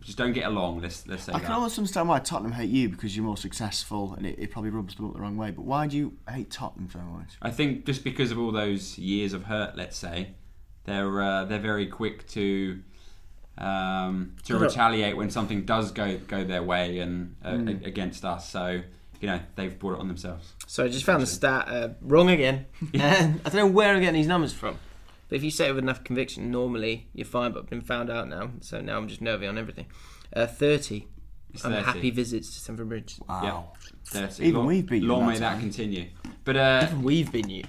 [SPEAKER 5] just don't get along. Let's let's say
[SPEAKER 4] I
[SPEAKER 5] that.
[SPEAKER 4] can almost understand why Tottenham hate you because you're more successful and it, it probably rubs them up the wrong way. But why do you hate Tottenham so much?
[SPEAKER 5] I think just because of all those years of hurt, let's say, they're uh, they're very quick to um, to retaliate when something does go go their way and uh,
[SPEAKER 4] Hmm.
[SPEAKER 5] a- against us. So you know they've brought it on themselves.
[SPEAKER 3] So I just found the stat uh, wrong again. I don't know where I'm getting these numbers from. But if you say it with enough conviction, normally you're fine, but I've been found out now, so now I'm just nervy on everything. Uh, 30
[SPEAKER 5] It's 30.
[SPEAKER 3] unhappy visits to Stamford Bridge.
[SPEAKER 5] Yeah.
[SPEAKER 4] Wow.
[SPEAKER 5] 30.
[SPEAKER 4] Even
[SPEAKER 5] long,
[SPEAKER 4] we've beaten
[SPEAKER 5] Long
[SPEAKER 4] them
[SPEAKER 5] may
[SPEAKER 4] that
[SPEAKER 5] that
[SPEAKER 4] time.
[SPEAKER 5] continue. But uh,
[SPEAKER 3] We've been you.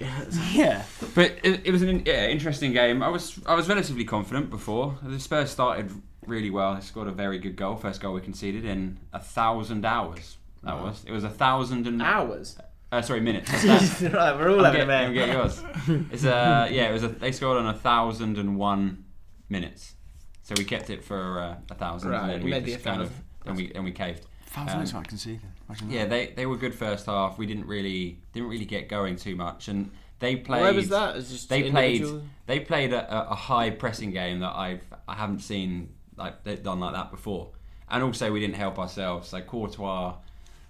[SPEAKER 4] Yeah.
[SPEAKER 5] But it, it was an in- yeah, interesting game. I was I was relatively confident before. The Spurs started really well. They scored a very good goal. First goal we conceded in a thousand hours. That was. It was a thousand and
[SPEAKER 3] Hours.
[SPEAKER 5] Uh, sorry, minutes.
[SPEAKER 3] right, we're all
[SPEAKER 5] I'm
[SPEAKER 3] having
[SPEAKER 5] get,
[SPEAKER 3] a man.
[SPEAKER 5] I'm get yours. It's uh, yeah. It was a, they scored on a thousand and one minutes. So we kept it for uh, a thousand,
[SPEAKER 3] Right,
[SPEAKER 5] and then we
[SPEAKER 3] maybe
[SPEAKER 5] just
[SPEAKER 3] a
[SPEAKER 5] kind of
[SPEAKER 3] thousand.
[SPEAKER 5] and we and we caved.
[SPEAKER 4] Thousand minutes I can see them. Imagine that.
[SPEAKER 5] Yeah, they, they were good first half. We didn't really didn't really get going too much, and they played.
[SPEAKER 3] Why was that? It was just
[SPEAKER 5] they
[SPEAKER 3] individual-
[SPEAKER 5] played they played a, a- a high pressing game that I've I haven't seen like they've done like that before, and also we didn't help ourselves. Like Courtois,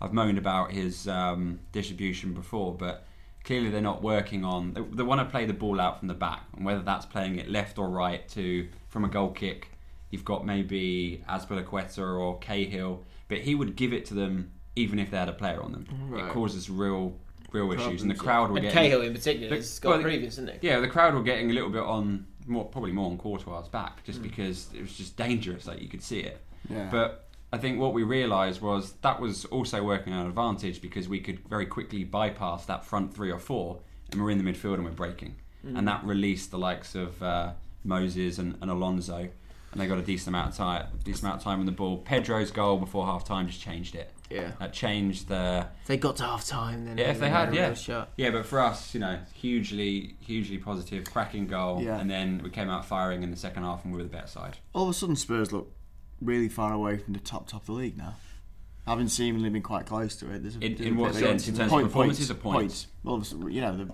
[SPEAKER 5] I've moaned about his um, distribution before, but clearly they're not working on they, they want to play the ball out from the back, and whether that's playing it left or right to from a goal kick. You've got maybe Azpilicueta or Cahill, but he would give it to them even if they had a player on them. It causes real, real issues, and the crowd were
[SPEAKER 3] And
[SPEAKER 5] getting
[SPEAKER 3] Cahill in particular has got
[SPEAKER 5] well,
[SPEAKER 3] previous, isn't he?
[SPEAKER 5] yeah, the crowd were getting a little bit on more, probably more on Courtois' back,
[SPEAKER 3] Hmm.
[SPEAKER 5] just because it was just dangerous. Like you could see it.
[SPEAKER 4] Yeah.
[SPEAKER 5] But I think what we realised was that was also working our advantage because we could very quickly bypass that front three or four, and we're in the midfield and we're breaking,
[SPEAKER 3] Hmm.
[SPEAKER 5] and that released the likes of uh, Moses and, and Alonso. And they got a decent amount of time, decent amount of time on the ball. Pedro's goal before half time just changed it.
[SPEAKER 3] Yeah.
[SPEAKER 5] that changed the
[SPEAKER 3] If they got to half time, then
[SPEAKER 5] yeah, if they
[SPEAKER 3] would've
[SPEAKER 5] had,
[SPEAKER 3] a real
[SPEAKER 5] yeah,
[SPEAKER 3] shot.
[SPEAKER 5] yeah. But for us, you know, hugely, hugely positive, cracking goal,
[SPEAKER 4] Yeah.
[SPEAKER 5] and then we came out firing in the second half, and we were the better side.
[SPEAKER 4] All of a sudden, Spurs look really far away from the top top of the league now. Having seemingly been quite close to it. There's a,
[SPEAKER 5] In-
[SPEAKER 4] there's
[SPEAKER 5] in
[SPEAKER 4] a
[SPEAKER 5] what
[SPEAKER 4] bit
[SPEAKER 5] sense? In terms of performances or points?
[SPEAKER 4] All of a sudden, you know,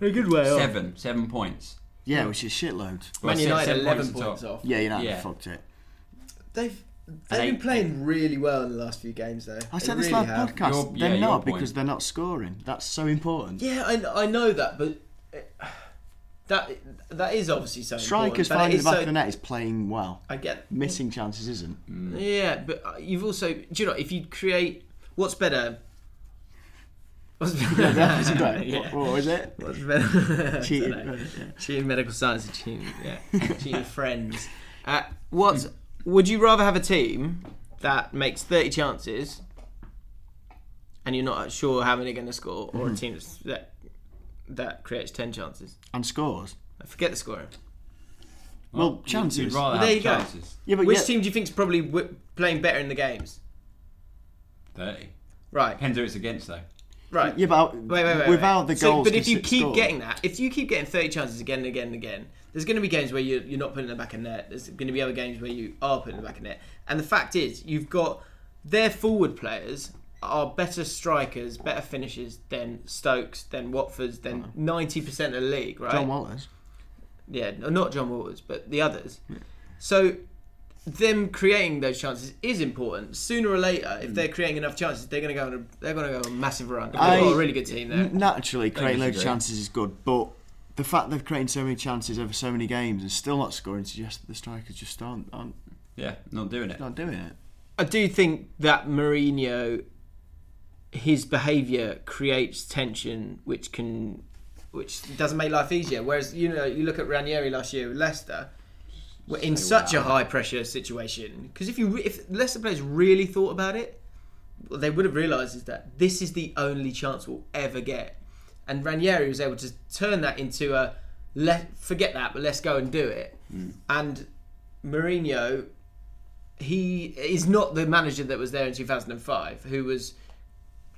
[SPEAKER 4] the,
[SPEAKER 5] Seven, seven points.
[SPEAKER 4] yeah, which is shitloads.
[SPEAKER 5] Well,
[SPEAKER 3] Oh. Man
[SPEAKER 5] se-
[SPEAKER 3] United
[SPEAKER 5] seven
[SPEAKER 3] 11
[SPEAKER 5] at
[SPEAKER 3] points
[SPEAKER 5] top.
[SPEAKER 3] off.
[SPEAKER 4] Yeah, you know,
[SPEAKER 5] Yeah.
[SPEAKER 4] fucked it.
[SPEAKER 7] They've they've
[SPEAKER 5] They-
[SPEAKER 7] been playing really well in the last few games, though.
[SPEAKER 4] I
[SPEAKER 7] They
[SPEAKER 4] said this
[SPEAKER 7] really
[SPEAKER 4] last
[SPEAKER 7] have.
[SPEAKER 4] podcast.
[SPEAKER 5] Your-
[SPEAKER 4] they're
[SPEAKER 5] yeah, your
[SPEAKER 4] not
[SPEAKER 5] point.
[SPEAKER 4] because they're not scoring. That's so important.
[SPEAKER 7] Yeah, I, I know that, but it, that that is obviously so. important,
[SPEAKER 4] Strikers
[SPEAKER 7] but it
[SPEAKER 4] finding
[SPEAKER 7] is
[SPEAKER 4] the back
[SPEAKER 7] so-
[SPEAKER 4] of the net is playing well.
[SPEAKER 7] I get
[SPEAKER 4] Missing chances isn't.
[SPEAKER 5] Mm.
[SPEAKER 3] Yeah, but uh, you've also, do you know, if you create, what's better? What's better?
[SPEAKER 4] What, what was it?
[SPEAKER 3] what's better?
[SPEAKER 4] Cheated.
[SPEAKER 3] cheating medical science and cheating, yeah, cheating friends. Uh, what's, would you rather have a team that makes 30 chances and you're not sure how many are going to score,
[SPEAKER 4] Mm-hmm.
[SPEAKER 3] or a team that's, that that creates 10 chances?
[SPEAKER 4] And scores.
[SPEAKER 3] I forget the scoring.
[SPEAKER 4] Well,
[SPEAKER 5] you'd-
[SPEAKER 4] chances.
[SPEAKER 5] You'd rather
[SPEAKER 3] Well, there
[SPEAKER 5] have
[SPEAKER 3] you go.
[SPEAKER 5] chances.
[SPEAKER 4] Yeah, but
[SPEAKER 3] Which
[SPEAKER 4] yeah,
[SPEAKER 3] team do you think's probably w- playing better in the games?
[SPEAKER 5] Thirty.
[SPEAKER 3] Right,
[SPEAKER 5] Depends who it's against, though.
[SPEAKER 3] right.
[SPEAKER 4] Yeah, but
[SPEAKER 3] Wait, wait, wait.
[SPEAKER 4] without
[SPEAKER 3] wait.
[SPEAKER 4] the
[SPEAKER 3] So-
[SPEAKER 4] goals.
[SPEAKER 3] but if you
[SPEAKER 4] consi-
[SPEAKER 3] keep
[SPEAKER 4] scored-
[SPEAKER 3] getting that, if you keep getting 30 chances again and again and again, there's going to be games where you're, you're not putting in the back of net. There's going to be other games where you are putting in the back of net. And the fact is, you've got their forward players are better strikers, better finishers than Stokes, than Watford's, than 90% of the league, right?
[SPEAKER 4] Uh-huh. John Wallace.
[SPEAKER 3] Yeah, no, not John Waters, but the others. So them creating those chances is important. Sooner or later,
[SPEAKER 4] Mm.
[SPEAKER 3] if they're creating enough chances, they're going to go on a, they're going to go on a massive run. They've got a really good team there.
[SPEAKER 4] N- Naturally, creating loads of
[SPEAKER 5] disagree.
[SPEAKER 4] chances is good, but the fact they've created so many chances over so many games and still not scoring suggests that the strikers just aren't aren't,
[SPEAKER 5] Yeah, not doing it.
[SPEAKER 4] aren't doing it.
[SPEAKER 3] I do think that Mourinho, his behaviour creates tension, which can, which doesn't make life easier. Whereas you know you look at Ranieri last year with Leicester, we're in such a high pressure situation. Because if you re- if Leicester players really thought about it, what they would have realised is that this is the only chance we'll ever get. And Ranieri was able to turn that into a let forget that, but let's go and do it. And Mourinho he is not the manager that was there in 2005, who was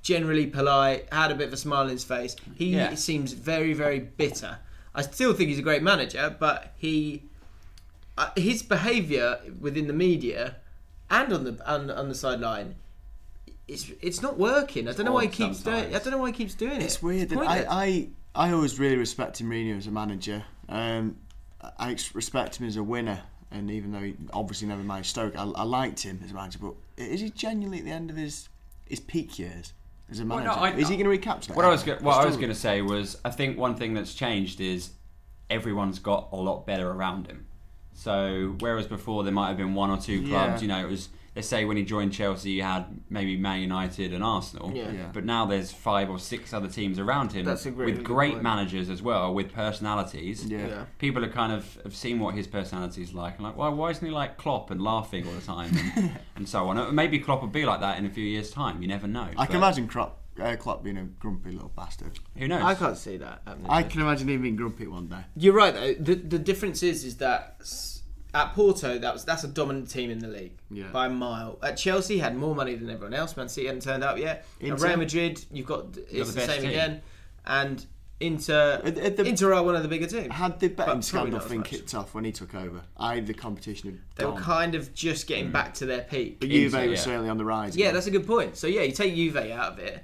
[SPEAKER 3] generally polite, had a bit of a smile on his face. He
[SPEAKER 5] Yeah.
[SPEAKER 3] seems very, very bitter. I still think he's a great manager, but he, uh, his behaviour within the media and on the on, on the sideline, it's it's not working. I don't know why he
[SPEAKER 5] odd
[SPEAKER 3] keeps doing. I
[SPEAKER 5] sometimes.
[SPEAKER 3] don't know why he keeps doing it.
[SPEAKER 4] It's weird. that
[SPEAKER 3] pointless.
[SPEAKER 4] I, I I always really respected Mourinho as a manager. Um, I ex- respect him as a winner. and even though he obviously never managed Stoke, I, I liked him as a manager. But is he genuinely at the end of his his peak years as a
[SPEAKER 5] Well,
[SPEAKER 4] manager?
[SPEAKER 5] no, I-
[SPEAKER 4] is he going to recapture that?
[SPEAKER 5] What I was go- what I was
[SPEAKER 4] Still-
[SPEAKER 5] going to say was I think one thing that's changed is everyone's got a lot better around him. So whereas before there might have been one or two clubs,
[SPEAKER 4] Yeah.
[SPEAKER 5] you know, it was let's say when he joined Chelsea, you had maybe Man United and Arsenal.
[SPEAKER 3] Yeah. Yeah.
[SPEAKER 5] But now there's five or six other teams around him
[SPEAKER 3] That's a great-
[SPEAKER 5] with
[SPEAKER 3] good
[SPEAKER 5] great
[SPEAKER 3] point.
[SPEAKER 5] managers as well, with personalities.
[SPEAKER 4] Yeah.
[SPEAKER 3] Yeah.
[SPEAKER 5] People are kind of have seen what his personality is like, and like, why, why isn't he like Klopp and laughing all the time, and, and so on? And Maybe Klopp will be like that in a few years' time. You never know.
[SPEAKER 4] I can
[SPEAKER 5] but
[SPEAKER 4] imagine Klopp, uh, Klopp being a grumpy little bastard.
[SPEAKER 5] Who knows?
[SPEAKER 3] I can't see that happening.
[SPEAKER 4] I can imagine him being grumpy one day.
[SPEAKER 3] You're right though. The the difference is is that s- at Porto that was that's a dominant team in the league
[SPEAKER 4] Yeah.
[SPEAKER 3] by a mile. At Chelsea had more money than everyone else. Man City hadn't turned up yet. At
[SPEAKER 4] Inter.
[SPEAKER 3] Real Madrid you've got it's
[SPEAKER 5] the
[SPEAKER 3] the,
[SPEAKER 5] best
[SPEAKER 3] same
[SPEAKER 5] team.
[SPEAKER 3] again. And Inter
[SPEAKER 4] At- at the-
[SPEAKER 3] Inter are one of the bigger teams.
[SPEAKER 4] Had the betting
[SPEAKER 3] But probably
[SPEAKER 4] scandal
[SPEAKER 3] not as
[SPEAKER 4] thing
[SPEAKER 3] much.
[SPEAKER 4] kicked off when he took over, I the competition had
[SPEAKER 3] They were
[SPEAKER 4] gone. Mm.
[SPEAKER 3] kind of just getting back to their peak.
[SPEAKER 4] But Juve
[SPEAKER 5] Inter,
[SPEAKER 4] was
[SPEAKER 5] yeah.
[SPEAKER 4] certainly on the rise.
[SPEAKER 3] Yeah, that's a good point. So yeah, you take Juve out of it.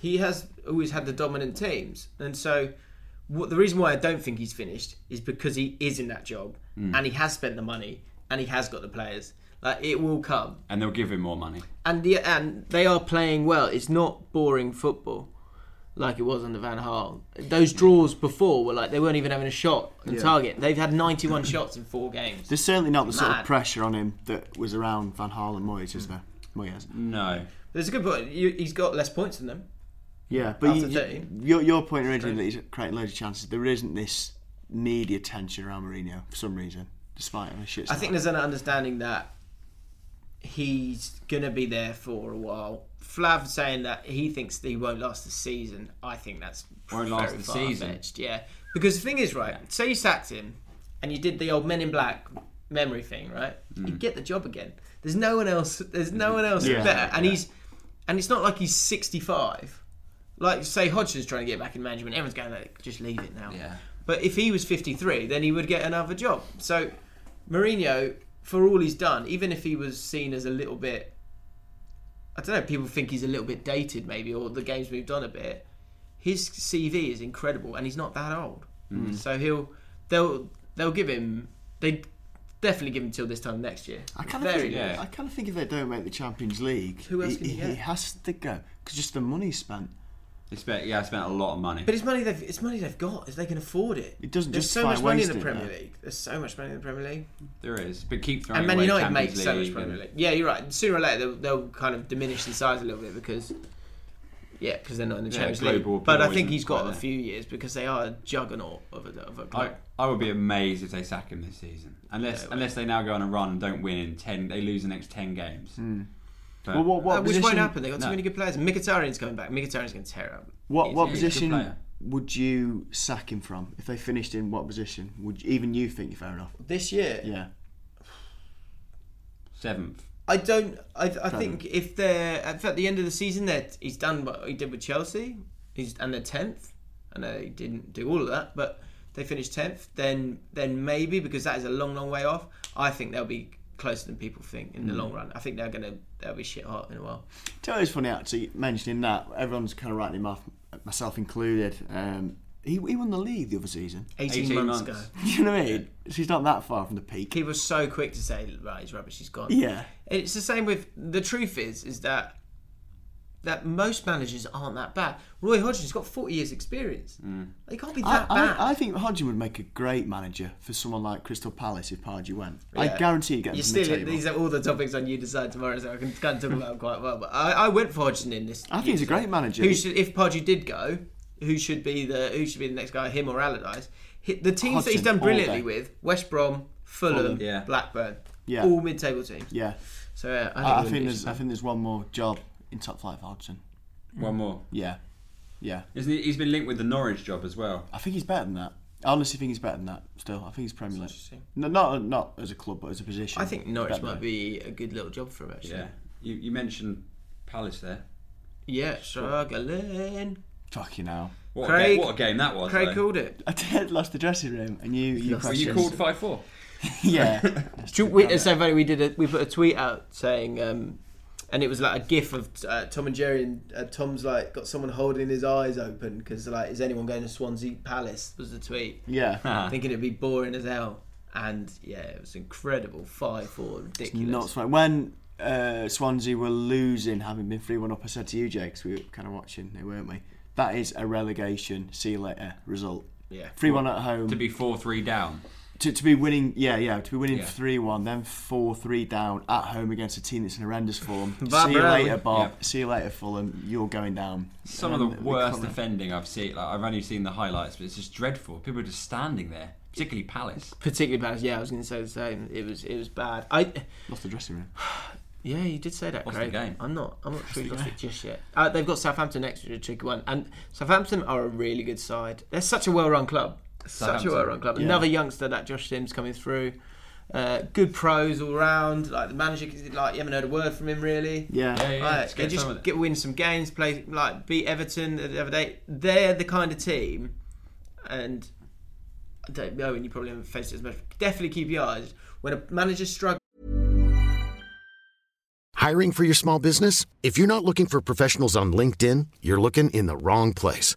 [SPEAKER 3] He has always had the dominant teams, and so what, the reason why I don't think he's finished is because he is in that job,
[SPEAKER 4] Mm.
[SPEAKER 3] and he has spent the money, and he has got the players. Like it will come,
[SPEAKER 5] and they'll give him more money.
[SPEAKER 3] and the, and they are playing well. It's not boring football like it was under Van Gaal. Those draws before were like they weren't even having a shot on target. They've had 91 shots in four games.
[SPEAKER 4] There's certainly not the sort
[SPEAKER 3] Mad. Hmm.
[SPEAKER 4] of pressure on him that was around Van Gaal and Moyes, is there? Moyes.
[SPEAKER 5] No,
[SPEAKER 3] There's a good point. You, he's got less points than them.
[SPEAKER 4] Yeah, but
[SPEAKER 3] After
[SPEAKER 4] you, you,
[SPEAKER 3] 13.
[SPEAKER 4] your your point originally that he's creating loads of chances. There isn't this media tension around Mourinho for some reason, despite him a
[SPEAKER 3] I
[SPEAKER 4] shit. start.
[SPEAKER 3] think there's an understanding that he's gonna be there for a while. Flav saying that he thinks that he won't last the season. I think that's
[SPEAKER 5] Won't last
[SPEAKER 3] very
[SPEAKER 5] the season.
[SPEAKER 3] far-fetched, Yeah, because the thing is, right? Say you sacked him, and you did the old Men in Black memory thing, right?
[SPEAKER 5] Mm.
[SPEAKER 3] You'd get the job again. There's no one else. There's no one else
[SPEAKER 4] Yeah.
[SPEAKER 3] better. And he's, and it's not like he's 65. Like say Hodgson's trying to get back in management. Everyone's going, like, just leave it now.
[SPEAKER 5] Yeah.
[SPEAKER 3] But if he was 53, then he would get another job. So Mourinho, for all he's done, even if he was seen as a little bit, I don't know, people think he's a little bit dated maybe, or the game's moved on a bit. His CV is incredible, and he's not that old.
[SPEAKER 5] Mm.
[SPEAKER 3] So he'll, they'll, they'll give him, they definitely give him till this time next year.
[SPEAKER 4] I kind of think,
[SPEAKER 5] yeah.
[SPEAKER 4] I kind of think if they don't make the Champions League,
[SPEAKER 3] Who else
[SPEAKER 4] he,
[SPEAKER 3] can you
[SPEAKER 4] he-
[SPEAKER 3] get?
[SPEAKER 4] he has to go because just the money spent.
[SPEAKER 5] they spent yeah, I spent a lot of money.
[SPEAKER 3] But it's money they've it's money they've got. Is they can afford it?
[SPEAKER 4] It doesn't
[SPEAKER 3] There's so
[SPEAKER 4] justify
[SPEAKER 3] much money in the
[SPEAKER 4] wasting
[SPEAKER 3] Premier
[SPEAKER 4] it.
[SPEAKER 3] League. There's so much money in the Premier League.
[SPEAKER 5] there is, but keep throwing
[SPEAKER 3] and Man
[SPEAKER 5] away
[SPEAKER 3] United
[SPEAKER 5] Champions
[SPEAKER 3] make so much
[SPEAKER 5] League
[SPEAKER 3] Premier
[SPEAKER 5] and-
[SPEAKER 3] League. Yeah, you're right. Sooner or later they'll, they'll kind of diminish in size a little bit because yeah, because they're not in the
[SPEAKER 5] Yeah,
[SPEAKER 3] Champions
[SPEAKER 5] global
[SPEAKER 3] League. But I
[SPEAKER 5] appeal
[SPEAKER 3] think
[SPEAKER 5] isn't
[SPEAKER 3] he's got
[SPEAKER 5] quite
[SPEAKER 3] a
[SPEAKER 5] there.
[SPEAKER 3] few years because they are a juggernaut of a, of a club.
[SPEAKER 5] I, I would be amazed if they sack him this season, unless unless they now go on a run and don't win in ten. They lose the next ten games.
[SPEAKER 3] Hmm.
[SPEAKER 5] But
[SPEAKER 4] Well, what, what
[SPEAKER 3] Uh, which
[SPEAKER 4] position,
[SPEAKER 3] won't happen. They've got too
[SPEAKER 5] No.
[SPEAKER 3] many good players. Mkhitaryan's coming back. Mkhitaryan's going to tear up.
[SPEAKER 4] What what
[SPEAKER 5] he's a good
[SPEAKER 4] position
[SPEAKER 5] player.
[SPEAKER 4] would you sack him from if they finished in what position? Would you, even you think you're fair enough?
[SPEAKER 7] This year,
[SPEAKER 4] Yeah,
[SPEAKER 5] seventh?
[SPEAKER 3] I don't. I, I think if they're if at the end of the season that he's done what he did with Chelsea, he's and they're tenth. I know he didn't do all of that, but they finished tenth. Then then maybe because that is a long long way off. I think they'll be closer than people think in the
[SPEAKER 4] Hmm.
[SPEAKER 3] long run. I think they're gonna they'll be shit hot in a while.
[SPEAKER 4] Tell you, it's funny actually mentioning that everyone's kind of writing him off, myself included. Um, he, he won the league the other season.
[SPEAKER 3] Eighteen,
[SPEAKER 5] 18
[SPEAKER 3] months,
[SPEAKER 5] months.
[SPEAKER 3] ago,
[SPEAKER 4] You know what I mean? So he's not that far from the peak.
[SPEAKER 3] he was so quick to say right, he's rubbish, he's gone.
[SPEAKER 4] Yeah.
[SPEAKER 3] It's the same with the truth is is that that most managers aren't that bad. Roy Hodgson's got forty years experience. They can't be
[SPEAKER 4] Hmm. I,
[SPEAKER 3] that bad.
[SPEAKER 4] I, I think Hodgson would make a great manager for someone like Crystal Palace if Pardew went. I guarantee you get him
[SPEAKER 3] You're
[SPEAKER 4] from the
[SPEAKER 3] still
[SPEAKER 4] table.
[SPEAKER 3] these are all the topics on you decide tomorrow, so I can kind of talk about them quite well. But I, I went for Hodgson in this.
[SPEAKER 4] I think he's a great manager.
[SPEAKER 3] Who should, if Pardew did go, who should be the who should be the next guy? Him or Allardyce? Hi- The teams that he's
[SPEAKER 4] Hodgson,
[SPEAKER 3] done
[SPEAKER 4] all
[SPEAKER 3] brilliantly
[SPEAKER 4] day.
[SPEAKER 3] with: West Brom, Fulham,
[SPEAKER 5] Fulham, yeah.
[SPEAKER 3] Blackburn,
[SPEAKER 4] Yeah.
[SPEAKER 3] all mid-table teams.
[SPEAKER 4] yeah,
[SPEAKER 3] So yeah, I,
[SPEAKER 4] I,
[SPEAKER 3] think,
[SPEAKER 4] I think
[SPEAKER 3] think
[SPEAKER 4] there's I think there's one more job in top flight for Hodgson.
[SPEAKER 5] One more.
[SPEAKER 4] Yeah, yeah.
[SPEAKER 5] Isn't he, he's been linked with the Norwich job as well.
[SPEAKER 4] I think he's better than that. I honestly think he's better than that. Still, I think he's Premier League. No, not not as a club, but as a position.
[SPEAKER 3] I think Norwich
[SPEAKER 4] Better.
[SPEAKER 3] might be a good little job for him actually.
[SPEAKER 5] Yeah, you, you mentioned Palace there.
[SPEAKER 3] Yeah, struggling.
[SPEAKER 4] Fucking hell.
[SPEAKER 5] What, a,
[SPEAKER 3] Craig-
[SPEAKER 5] game, what a game that was!
[SPEAKER 3] Craig
[SPEAKER 5] though.
[SPEAKER 3] called it.
[SPEAKER 4] I did lost the dressing room, and you you,
[SPEAKER 5] Well, you
[SPEAKER 4] questioned-
[SPEAKER 5] called five four.
[SPEAKER 4] yeah.
[SPEAKER 3] Do you- we, it's so funny. We did a, we put a tweet out saying, um, and it was like a gif of uh, Tom and Jerry, and uh, Tom's like got someone holding his eyes open because like, is anyone going to Swansea Palace? Was the tweet Ah.
[SPEAKER 4] Yeah.
[SPEAKER 5] Ah,
[SPEAKER 3] thinking it'd be boring as hell. and yeah, it was incredible. Five four, ridiculous.
[SPEAKER 4] Not right. When uh, Swansea were losing, having been three one up, I said to you, Jake, 'cause we were kind of watching, they weren't we? That is a relegation. See you later result.
[SPEAKER 3] Yeah.
[SPEAKER 4] three one at home.
[SPEAKER 5] To be four three down.
[SPEAKER 4] to, to be winning, yeah, yeah, to be winning
[SPEAKER 5] Yeah.
[SPEAKER 4] three one, then four three down at home against a team that's in horrendous form.
[SPEAKER 3] Bye,
[SPEAKER 4] See you
[SPEAKER 3] bro.
[SPEAKER 4] later, Bob.
[SPEAKER 5] Yeah.
[SPEAKER 4] See you later, Fulham. You're going down. Um,
[SPEAKER 5] Some
[SPEAKER 4] And
[SPEAKER 5] of
[SPEAKER 4] then
[SPEAKER 5] the
[SPEAKER 4] they
[SPEAKER 5] worst
[SPEAKER 4] come in.
[SPEAKER 5] defending I've seen. Like I've only seen the highlights, but it's just dreadful. People are just standing there, particularly Palace.
[SPEAKER 3] Particularly bad. Yeah, I was going to say the same. It was it was bad. I
[SPEAKER 4] Lost the dressing room.
[SPEAKER 3] yeah, you did say that.
[SPEAKER 5] Lost the
[SPEAKER 3] Craig.
[SPEAKER 5] game.
[SPEAKER 3] I'm not. I'm not sure you lost it just yet. Uh, they've got Southampton next, which is a tricky one, and Southampton are a really good side. They're such a well-run club. Such a
[SPEAKER 5] Southampton.
[SPEAKER 3] well-run club.
[SPEAKER 4] Yeah.
[SPEAKER 3] Another youngster that Josh Sims coming through. Uh, good pros all round. Like the manager, like you haven't heard a word from him really.
[SPEAKER 4] Yeah.
[SPEAKER 5] Yeah, yeah.
[SPEAKER 3] Like,
[SPEAKER 5] let's
[SPEAKER 3] they
[SPEAKER 5] get
[SPEAKER 3] just
[SPEAKER 5] some of it.
[SPEAKER 3] get win some games, play like beat Everton the other day. They're the kind of team, and I don't know, and you probably haven't faced it as much. Definitely QPR. When a manager's struggling
[SPEAKER 1] Hiring for your small business? If you're not looking for professionals on LinkedIn, you're looking in the wrong place.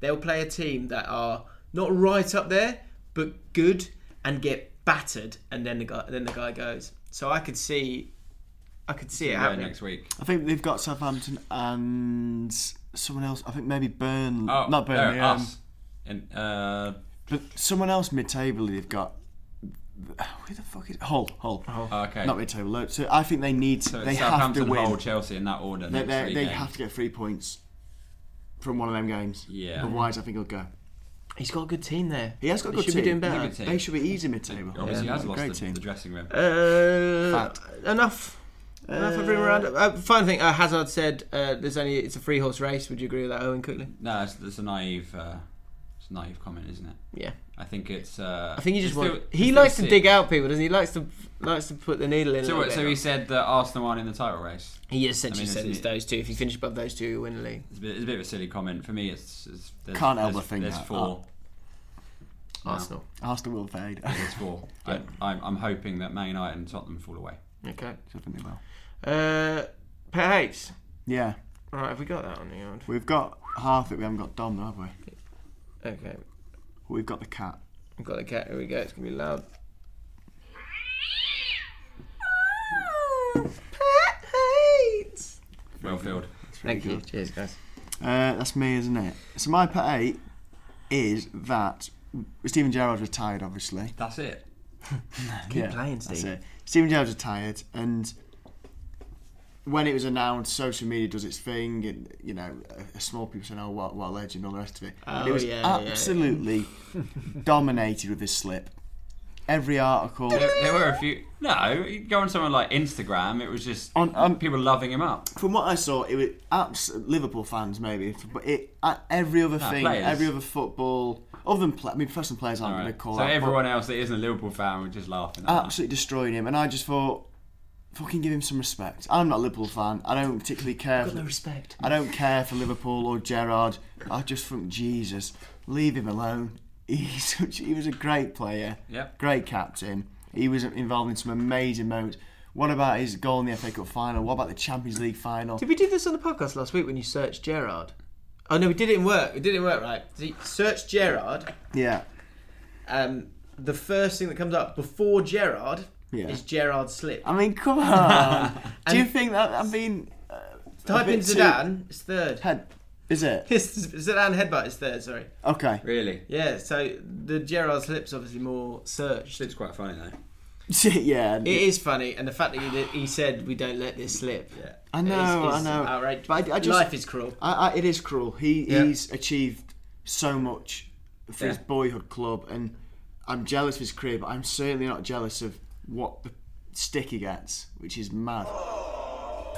[SPEAKER 3] they'll play a team that are not right up there, but good and get battered, and then the guy then the guy goes. So I could see, I could see it
[SPEAKER 5] Yeah,
[SPEAKER 3] happening.
[SPEAKER 5] next week.
[SPEAKER 4] I think they've got Southampton and someone else. I think maybe Burn.
[SPEAKER 5] Oh,
[SPEAKER 4] not Burnley.
[SPEAKER 5] no,
[SPEAKER 4] um,
[SPEAKER 5] us. And uh,
[SPEAKER 4] But someone else mid-table they've got. Who the fuck is Hull? Hull.
[SPEAKER 5] Oh, okay.
[SPEAKER 4] Not mid-table. So I think they need.
[SPEAKER 5] so
[SPEAKER 4] they
[SPEAKER 5] it's
[SPEAKER 4] have to
[SPEAKER 5] Southampton,
[SPEAKER 4] win.
[SPEAKER 5] Hull, Chelsea in that order.
[SPEAKER 4] They,
[SPEAKER 5] Next
[SPEAKER 4] they,
[SPEAKER 5] three
[SPEAKER 4] they
[SPEAKER 5] games.
[SPEAKER 4] have to get three points from one of them games.
[SPEAKER 5] Yeah.
[SPEAKER 4] Otherwise, I think he'll go.
[SPEAKER 3] He's got a good Uh, team there.
[SPEAKER 4] He has got a
[SPEAKER 3] They
[SPEAKER 4] good
[SPEAKER 3] should be
[SPEAKER 4] team.
[SPEAKER 3] doing
[SPEAKER 5] He's a
[SPEAKER 3] better.
[SPEAKER 5] good team.
[SPEAKER 4] They should be easy mid-table.
[SPEAKER 5] Obviously,
[SPEAKER 4] Yeah,
[SPEAKER 5] has
[SPEAKER 4] great
[SPEAKER 5] lost the,
[SPEAKER 4] team.
[SPEAKER 5] the dressing room.
[SPEAKER 3] Uh,
[SPEAKER 4] Fact.
[SPEAKER 3] enough. Enough of rumour around. Uh, final thing, uh, Hazard said uh, there's only it's a three horse race. Would you agree with that, Owen Cookley?
[SPEAKER 5] no, it's, it's a naive, uh, it's a naive comment, isn't it?
[SPEAKER 3] Yeah.
[SPEAKER 5] I think it's. Uh,
[SPEAKER 3] I think he just
[SPEAKER 5] it's still-
[SPEAKER 3] want-
[SPEAKER 5] it's
[SPEAKER 3] he
[SPEAKER 5] still
[SPEAKER 3] likes to
[SPEAKER 5] sick.
[SPEAKER 3] dig out people, doesn't he? He likes to likes to put the needle in. a
[SPEAKER 5] So,
[SPEAKER 3] little
[SPEAKER 5] what, so
[SPEAKER 3] bit.
[SPEAKER 5] he said that Arsenal aren't in the title race.
[SPEAKER 3] he essentially
[SPEAKER 5] I mean,
[SPEAKER 3] said
[SPEAKER 5] it's-
[SPEAKER 3] it's those two. If you finish above those two, you win the league.
[SPEAKER 5] It's a bit, it's a bit of a silly comment for me. It's, it's there's,
[SPEAKER 4] Can't help
[SPEAKER 5] there's,
[SPEAKER 4] but think
[SPEAKER 5] there's
[SPEAKER 4] that.
[SPEAKER 5] four.
[SPEAKER 3] Arsenal.
[SPEAKER 4] Arsenal will fade.
[SPEAKER 5] There's four. I, I'm, I'm hoping that Man United and Tottenham fall away.
[SPEAKER 3] Okay.
[SPEAKER 4] I think they will.
[SPEAKER 3] Uh, Pat H.
[SPEAKER 4] Yeah,
[SPEAKER 3] Right, have we got that on the yard?
[SPEAKER 4] we've got half it. We haven't got Dom, though, have we?
[SPEAKER 3] Okay.
[SPEAKER 4] We've got the cat.
[SPEAKER 3] We've got the cat. Here we go. It's gonna be loud. Pat hates.
[SPEAKER 5] Well filled.
[SPEAKER 3] Thank you. Cheers, guys.
[SPEAKER 4] Uh, that's me, isn't it? So my pet eight is that Stephen Gerrard retired, obviously.
[SPEAKER 5] That's it.
[SPEAKER 4] Keep
[SPEAKER 3] playing,
[SPEAKER 4] That's
[SPEAKER 3] Steve.
[SPEAKER 4] it. Stephen Gerrard's retired, and when it was announced, social media does its thing, and you know, a, a small people saying, "Oh, what, what a legend!" All the rest of it. and
[SPEAKER 3] Oh,
[SPEAKER 4] it was
[SPEAKER 3] yeah, yeah, yeah.
[SPEAKER 4] absolutely dominated with this slip. Every article.
[SPEAKER 5] There, there were a few. No, you go on someone like Instagram. It was just
[SPEAKER 4] On- on-
[SPEAKER 5] people loving him up.
[SPEAKER 4] From what I saw, it was abs- Liverpool fans maybe, but it uh, every other thing,
[SPEAKER 5] players.
[SPEAKER 4] every other football, other than play, I mean, professional players aren't going
[SPEAKER 5] Right.
[SPEAKER 4] to call
[SPEAKER 5] So
[SPEAKER 4] out, but-
[SPEAKER 5] everyone else that isn't a Liverpool fan was just laughing. At that.
[SPEAKER 4] absolutely destroying him. And I just thought, fucking give him some respect. I'm not a Liverpool fan. I don't particularly care. for,
[SPEAKER 3] no respect.
[SPEAKER 4] I don't care for Liverpool or Gerrard. I just think Jesus, leave him alone. He's such, he was a great player.
[SPEAKER 5] Yep.
[SPEAKER 4] Great captain. He was involved in some amazing moments. What about his goal in the FA Cup final? What about the Champions League final?
[SPEAKER 3] Did we do this on the podcast last week when you searched Gerard? Oh no, we did it in work. We did it in work, right? So you search Gerard.
[SPEAKER 4] Yeah.
[SPEAKER 3] Um, the first thing that comes up before Gerard
[SPEAKER 4] Yeah.
[SPEAKER 3] is Gerard slip.
[SPEAKER 4] I mean, come on. Do you think that? I mean, uh, a
[SPEAKER 3] Type in
[SPEAKER 4] bit too-
[SPEAKER 3] Zidane. It's third.
[SPEAKER 4] Head, is it?
[SPEAKER 3] It's Zidane headbutt is third. Sorry.
[SPEAKER 4] Okay.
[SPEAKER 5] Really?
[SPEAKER 3] Yeah. So the Gerard slip's obviously more searched.
[SPEAKER 5] It's quite funny though.
[SPEAKER 4] yeah.
[SPEAKER 3] It is funny, and the fact that he, he said we don't let this slip. Yeah.
[SPEAKER 4] I know,
[SPEAKER 3] is,
[SPEAKER 4] I know.
[SPEAKER 3] Outrage.
[SPEAKER 4] But I- I just-
[SPEAKER 3] Life is cruel.
[SPEAKER 4] I, I, it is cruel. He
[SPEAKER 3] Yeah.
[SPEAKER 4] he's achieved so much for his
[SPEAKER 5] Yeah.
[SPEAKER 4] boyhood club, and I'm jealous of his career, but I'm certainly not jealous of what the stick he gets, which is mad.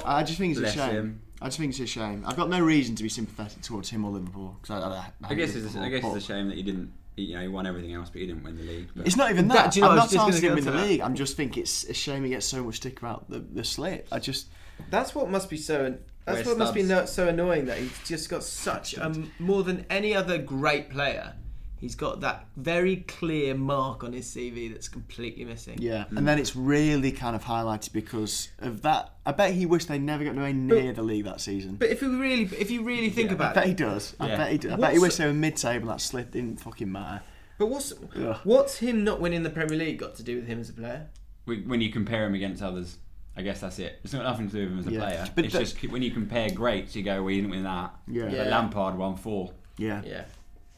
[SPEAKER 4] I just think it's
[SPEAKER 5] Bless
[SPEAKER 4] a shame.
[SPEAKER 5] him.
[SPEAKER 4] I just think it's a shame. I've got no reason to be sympathetic towards him or Liverpool. 'cause I, I, I,
[SPEAKER 5] I guess it's
[SPEAKER 4] Liverpool,
[SPEAKER 5] I guess it's
[SPEAKER 4] but-
[SPEAKER 5] a shame that you didn't. You know, you won everything else, but you didn't win the league. But
[SPEAKER 4] It's not even
[SPEAKER 3] That-
[SPEAKER 4] that.
[SPEAKER 3] do you know,
[SPEAKER 4] I'm
[SPEAKER 3] I
[SPEAKER 4] not
[SPEAKER 3] was just
[SPEAKER 4] targeting
[SPEAKER 3] gonna
[SPEAKER 4] him
[SPEAKER 3] go
[SPEAKER 4] in the
[SPEAKER 3] to that.
[SPEAKER 4] league. I'm just think it's a shame he gets so much stick about the, the slip. I just
[SPEAKER 7] That's what must be so. That's
[SPEAKER 5] Where's
[SPEAKER 7] what must be
[SPEAKER 5] Stubbs?
[SPEAKER 7] no, so annoying that he's just got such a.
[SPEAKER 3] um, more than any other great player, he's got that very clear mark on his CV that's completely missing.
[SPEAKER 4] yeah. And then it's really kind of highlighted because of that. I bet he wished they never got anywhere near the league that season.
[SPEAKER 3] But if we really, if you really think
[SPEAKER 4] I
[SPEAKER 3] about
[SPEAKER 4] bet
[SPEAKER 3] it,
[SPEAKER 4] he does. I
[SPEAKER 5] Yeah.
[SPEAKER 4] bet he does. I bet he
[SPEAKER 3] What's-
[SPEAKER 4] wished they were mid-table. That slip didn't fucking matter.
[SPEAKER 7] But what's what's him not winning the Premier League got to do with him as a player?
[SPEAKER 5] we- when you compare him against others, I guess that's it. It's got nothing to do with him as a
[SPEAKER 4] Yeah.
[SPEAKER 5] player.
[SPEAKER 4] But
[SPEAKER 5] it's
[SPEAKER 4] the-
[SPEAKER 5] just when you compare greats, you go, "We didn't win that."
[SPEAKER 4] Yeah.
[SPEAKER 5] But Lampard won four.
[SPEAKER 4] Yeah.
[SPEAKER 7] Yeah.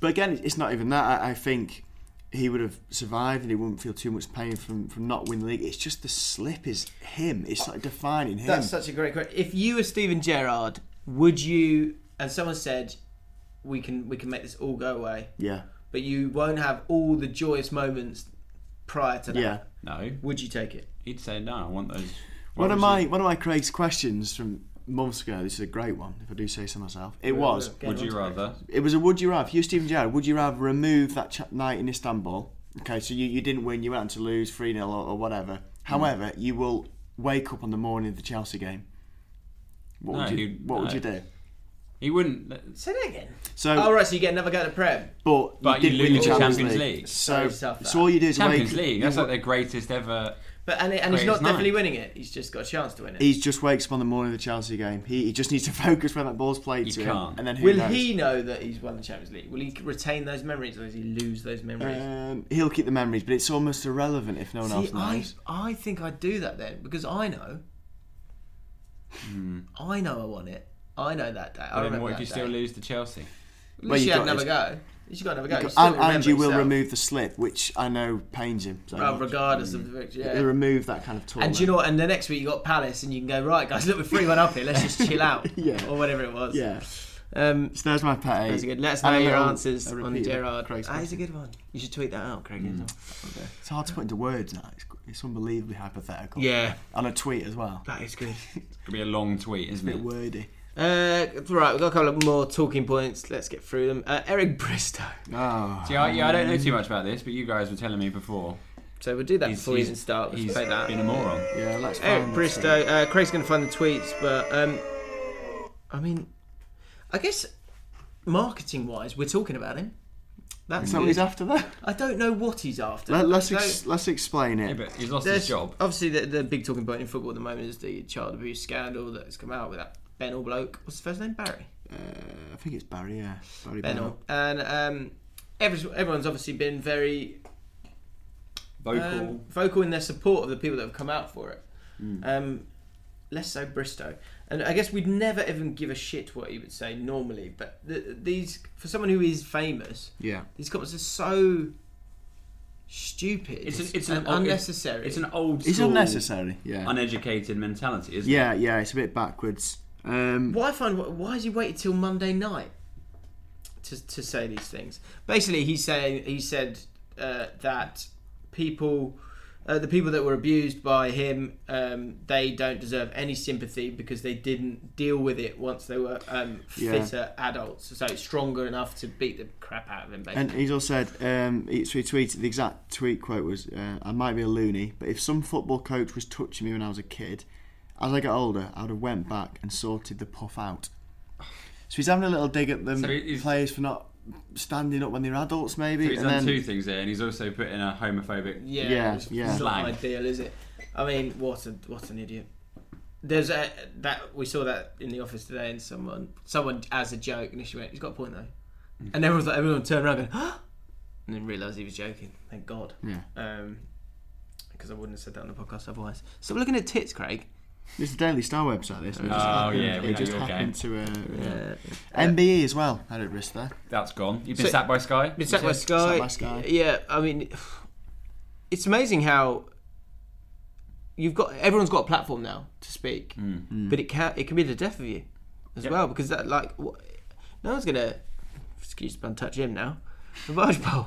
[SPEAKER 4] But again, it's not even that. I, I think he would have survived and he wouldn't feel too much pain from, from not winning the league. It's just the slip is him. It's like defining him.
[SPEAKER 7] That's such a great question.
[SPEAKER 3] if you were Steven Gerrard, would you? And someone said, "We can, we can make this all go away,"
[SPEAKER 4] yeah.
[SPEAKER 3] but you won't have all the joyous moments prior to that.
[SPEAKER 4] Yeah.
[SPEAKER 5] No,
[SPEAKER 3] Would you take it?
[SPEAKER 5] he'd say no. I want those.
[SPEAKER 4] One of
[SPEAKER 5] Obviously-
[SPEAKER 4] my one of my Craig's questions from months ago. This is a great one, if I do say so myself. It was
[SPEAKER 5] Would you rather?
[SPEAKER 4] it was a would you rather. If you were Stephen Gerrard, would you rather remove that ch- night in Istanbul? Okay, so you, you didn't win, you went on to lose 3 0 or, or
[SPEAKER 5] Mm.
[SPEAKER 4] whatever. However, you will wake up on the morning of the Chelsea game. What,
[SPEAKER 5] No,
[SPEAKER 4] would, you,
[SPEAKER 5] you-
[SPEAKER 4] what would
[SPEAKER 5] no.
[SPEAKER 4] you do?
[SPEAKER 5] He wouldn't. uh,
[SPEAKER 3] Say that again.
[SPEAKER 4] So,
[SPEAKER 3] All Oh, right, so you get another go to Prem.
[SPEAKER 4] but,
[SPEAKER 5] But you
[SPEAKER 4] you did win the
[SPEAKER 5] lose the
[SPEAKER 4] Champions,
[SPEAKER 5] Champions
[SPEAKER 4] League.
[SPEAKER 5] League.
[SPEAKER 4] So,
[SPEAKER 3] So tough, that.
[SPEAKER 4] so all you do is
[SPEAKER 5] Champions
[SPEAKER 4] wake
[SPEAKER 5] League. That's like their greatest ever.
[SPEAKER 3] But and, and he's
[SPEAKER 5] Greatest
[SPEAKER 3] not definitely
[SPEAKER 5] night.
[SPEAKER 3] winning it. He's just got a chance to win it.
[SPEAKER 4] He just wakes up on the morning of the Chelsea game. He, he just needs to focus where that ball's played
[SPEAKER 5] You
[SPEAKER 4] to him.
[SPEAKER 5] can't.
[SPEAKER 4] And then who
[SPEAKER 3] Will
[SPEAKER 4] knows?
[SPEAKER 3] he know that he's won the Champions League? Will he retain those memories, or does he lose those memories?
[SPEAKER 4] Um, he'll keep the memories, but it's almost irrelevant if no one
[SPEAKER 3] See,
[SPEAKER 4] else
[SPEAKER 3] I,
[SPEAKER 4] knows.
[SPEAKER 3] I think I'd do that then because I know.
[SPEAKER 4] Hmm.
[SPEAKER 3] I know I won it. I know that day. I
[SPEAKER 5] But then
[SPEAKER 3] remember
[SPEAKER 5] what
[SPEAKER 3] that
[SPEAKER 5] if you
[SPEAKER 3] day.
[SPEAKER 5] still lose to Chelsea?
[SPEAKER 3] Well, you
[SPEAKER 4] you
[SPEAKER 3] had
[SPEAKER 4] got
[SPEAKER 3] another
[SPEAKER 4] it.
[SPEAKER 3] go. You just got another go. You still
[SPEAKER 4] and and
[SPEAKER 3] remember
[SPEAKER 4] you will
[SPEAKER 3] yourself.
[SPEAKER 4] remove the slip, which I know pains him. So
[SPEAKER 3] Well,
[SPEAKER 4] much.
[SPEAKER 3] regardless of the victory.
[SPEAKER 4] They
[SPEAKER 3] Yeah.
[SPEAKER 4] Hmm. remove that kind of tool.
[SPEAKER 3] Uh, And do you know what? And the next week you got Palace, and you can go right, guys. Look, we're three one up here. Let's just chill out,
[SPEAKER 4] Yeah.
[SPEAKER 3] or whatever it was.
[SPEAKER 4] Yeah.
[SPEAKER 3] Um,
[SPEAKER 4] So there's my pet eight.
[SPEAKER 3] that's good. Let us
[SPEAKER 4] And
[SPEAKER 3] know
[SPEAKER 4] a
[SPEAKER 3] your
[SPEAKER 4] little-
[SPEAKER 3] answers
[SPEAKER 4] a
[SPEAKER 3] on
[SPEAKER 4] repeat of
[SPEAKER 3] Gerard.
[SPEAKER 4] Craig's
[SPEAKER 3] That is a
[SPEAKER 4] question. Hmm.
[SPEAKER 3] good one. You should tweet that out, Craig. as well.
[SPEAKER 4] It's hard to put into words now. It's, it's unbelievably hypothetical.
[SPEAKER 3] Yeah,
[SPEAKER 4] On a tweet as well.
[SPEAKER 3] that is good.
[SPEAKER 5] Could be a long tweet, isn't
[SPEAKER 4] A bit
[SPEAKER 5] it?
[SPEAKER 4] wordy.
[SPEAKER 3] Uh, right, we've got a couple of more talking points. Let's get through them. Uh, Eric Bristow.
[SPEAKER 4] Oh.
[SPEAKER 5] See, I, yeah, I don't know too much about this, but you guys were telling me before.
[SPEAKER 3] So we'll do that before we
[SPEAKER 5] he's-
[SPEAKER 3] even start. Let's
[SPEAKER 5] he's
[SPEAKER 3] take that.
[SPEAKER 5] been a moron.
[SPEAKER 4] Yeah, let's
[SPEAKER 3] Eric
[SPEAKER 4] find
[SPEAKER 3] Bristow. Uh, Craig's going to find the tweets, but um, I mean, I guess marketing-wise, we're talking about him. That's
[SPEAKER 4] Is that what he's after there?
[SPEAKER 3] I don't know what he's after.
[SPEAKER 4] Let, us
[SPEAKER 3] So
[SPEAKER 4] ex- let's explain
[SPEAKER 5] Yeah,
[SPEAKER 4] it.
[SPEAKER 5] but he's lost
[SPEAKER 3] there's-
[SPEAKER 5] his job.
[SPEAKER 4] um,
[SPEAKER 3] Obviously, the, the big talking point in football at the moment is the child abuse scandal that's come out with that Benall bloke. What's his first name? Barry.
[SPEAKER 4] Uh, I think it's Barry, yeah. Barry
[SPEAKER 3] Benall. And um, every, everyone's obviously been very
[SPEAKER 5] Vocal.
[SPEAKER 3] um, vocal in their support of the people that have come out for it. Um, less so Bristow, and I guess we'd never even give a shit what he would say normally. But th- these, for someone who is famous,
[SPEAKER 4] Yeah.
[SPEAKER 3] these comments are so stupid.
[SPEAKER 5] It's an, it's an
[SPEAKER 3] and
[SPEAKER 5] old-
[SPEAKER 3] unnecessary.
[SPEAKER 5] It's an old.
[SPEAKER 4] It's
[SPEAKER 5] school,
[SPEAKER 4] unnecessary. Yeah.
[SPEAKER 5] Uneducated mentality, isn't it?
[SPEAKER 4] yeah, yeah, it's a bit backwards. Um,
[SPEAKER 3] what I find, wh- why has he waited till Monday night to, to say these things? Basically, he's saying he said uh, that people, uh, the people that were abused by him, um, they don't deserve any sympathy because they didn't deal with it once they were um,
[SPEAKER 4] Yeah.
[SPEAKER 3] fitter adults, so stronger enough to beat the crap out of him. Basically.
[SPEAKER 4] And he's also said, um, he, so he tweeted, the exact tweet quote was, uh, I might be a loony, but if some football coach was touching me when I was a kid, as I got older, I would have went back and sorted the puff out. So he's having a little dig at them
[SPEAKER 5] So he's-
[SPEAKER 4] players for not standing up when they're adults, maybe.
[SPEAKER 5] He's
[SPEAKER 4] and
[SPEAKER 5] done
[SPEAKER 4] then
[SPEAKER 5] two things there, and he's also put in a homophobic.
[SPEAKER 3] Yeah,
[SPEAKER 4] Yeah,
[SPEAKER 3] it's,
[SPEAKER 4] yeah.
[SPEAKER 3] it's not
[SPEAKER 5] Slang.
[SPEAKER 3] ideal, is it? I mean, what a what an idiot. There's a that we saw that in the office today, and someone someone as a joke initially went, "He's got a point though,"
[SPEAKER 4] Mm.
[SPEAKER 3] and everyone's like, everyone turned around, going, huh? and then realised he was joking. Thank God.
[SPEAKER 4] Yeah.
[SPEAKER 3] Um, because I wouldn't have said that on the podcast otherwise. So we're looking at tits, Craig.
[SPEAKER 4] It's the Daily Star website. This. and it just
[SPEAKER 5] Oh,
[SPEAKER 4] happened-
[SPEAKER 5] yeah, we
[SPEAKER 4] It
[SPEAKER 5] know
[SPEAKER 4] just
[SPEAKER 5] your
[SPEAKER 4] happened
[SPEAKER 5] game.
[SPEAKER 4] to. Uh, yeah. MBE as well had it risk there.
[SPEAKER 5] That's gone. You've been
[SPEAKER 3] So-
[SPEAKER 5] sacked by Sky.
[SPEAKER 3] Been sacked by Sky.
[SPEAKER 4] Sacked by Sky.
[SPEAKER 3] Yeah, I mean, it's amazing how you've got everyone's got a platform now to speak,
[SPEAKER 4] Mm.
[SPEAKER 3] but it can it can be the death of you as well because that like wha- no one's gonna excuse me, touch him now. The barge pole,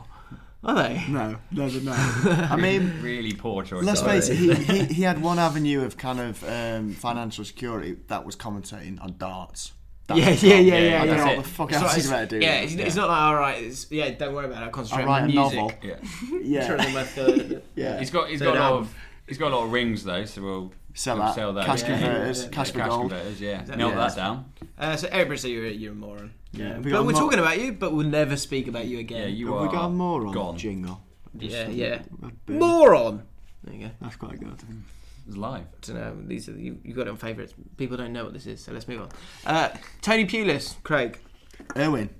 [SPEAKER 3] are they?
[SPEAKER 4] No, no, no. no. I mean,
[SPEAKER 5] Really poor choice.
[SPEAKER 4] Let's
[SPEAKER 5] Sky.
[SPEAKER 4] face it, he, he, he had one avenue of kind of um, financial security that was commentating on darts. That
[SPEAKER 3] Yeah,
[SPEAKER 4] was
[SPEAKER 3] yeah,
[SPEAKER 4] it.
[SPEAKER 3] yeah,
[SPEAKER 5] yeah,
[SPEAKER 4] I
[SPEAKER 3] yeah.
[SPEAKER 4] don't know
[SPEAKER 5] that's
[SPEAKER 4] what
[SPEAKER 5] it.
[SPEAKER 4] the fuck
[SPEAKER 3] It's
[SPEAKER 4] else
[SPEAKER 3] like-
[SPEAKER 4] he's about to do.
[SPEAKER 3] yeah, it's, it's not like all right. It's, yeah, don't worry about it. I
[SPEAKER 4] I
[SPEAKER 3] concentrate
[SPEAKER 4] write
[SPEAKER 3] on
[SPEAKER 4] a
[SPEAKER 3] music.
[SPEAKER 4] novel.
[SPEAKER 5] Yeah.
[SPEAKER 4] Yeah.
[SPEAKER 3] Trying to make the-
[SPEAKER 4] yeah.
[SPEAKER 5] He's got he's
[SPEAKER 3] So
[SPEAKER 5] got a lot
[SPEAKER 3] now-
[SPEAKER 5] of he's got a lot of rings though, so we'll
[SPEAKER 4] Sell
[SPEAKER 5] we'll
[SPEAKER 4] that.
[SPEAKER 5] sell those.
[SPEAKER 4] Cash
[SPEAKER 5] yeah.
[SPEAKER 4] converters,
[SPEAKER 5] Yeah,
[SPEAKER 4] cash for gold.
[SPEAKER 5] converters, yeah. Nail
[SPEAKER 4] Yeah.
[SPEAKER 5] that down.
[SPEAKER 3] uh, so everybody say you're a, you're a moron.
[SPEAKER 4] Yeah. Have we
[SPEAKER 3] But
[SPEAKER 4] got
[SPEAKER 3] we're
[SPEAKER 4] more-
[SPEAKER 3] talking about you, but we'll never speak about you again.
[SPEAKER 5] Yeah, you
[SPEAKER 4] Have
[SPEAKER 5] are
[SPEAKER 4] we got a moron
[SPEAKER 5] gone.
[SPEAKER 4] jingle?
[SPEAKER 3] Yeah, yeah.
[SPEAKER 4] Boom.
[SPEAKER 3] Moron. There you go.
[SPEAKER 4] That's quite good.
[SPEAKER 5] It's live.
[SPEAKER 3] don't know. These are you, you got it on favourites. People don't know what this is, so let's move on. Uh, Tony Pulis, Craig.
[SPEAKER 4] Erwin.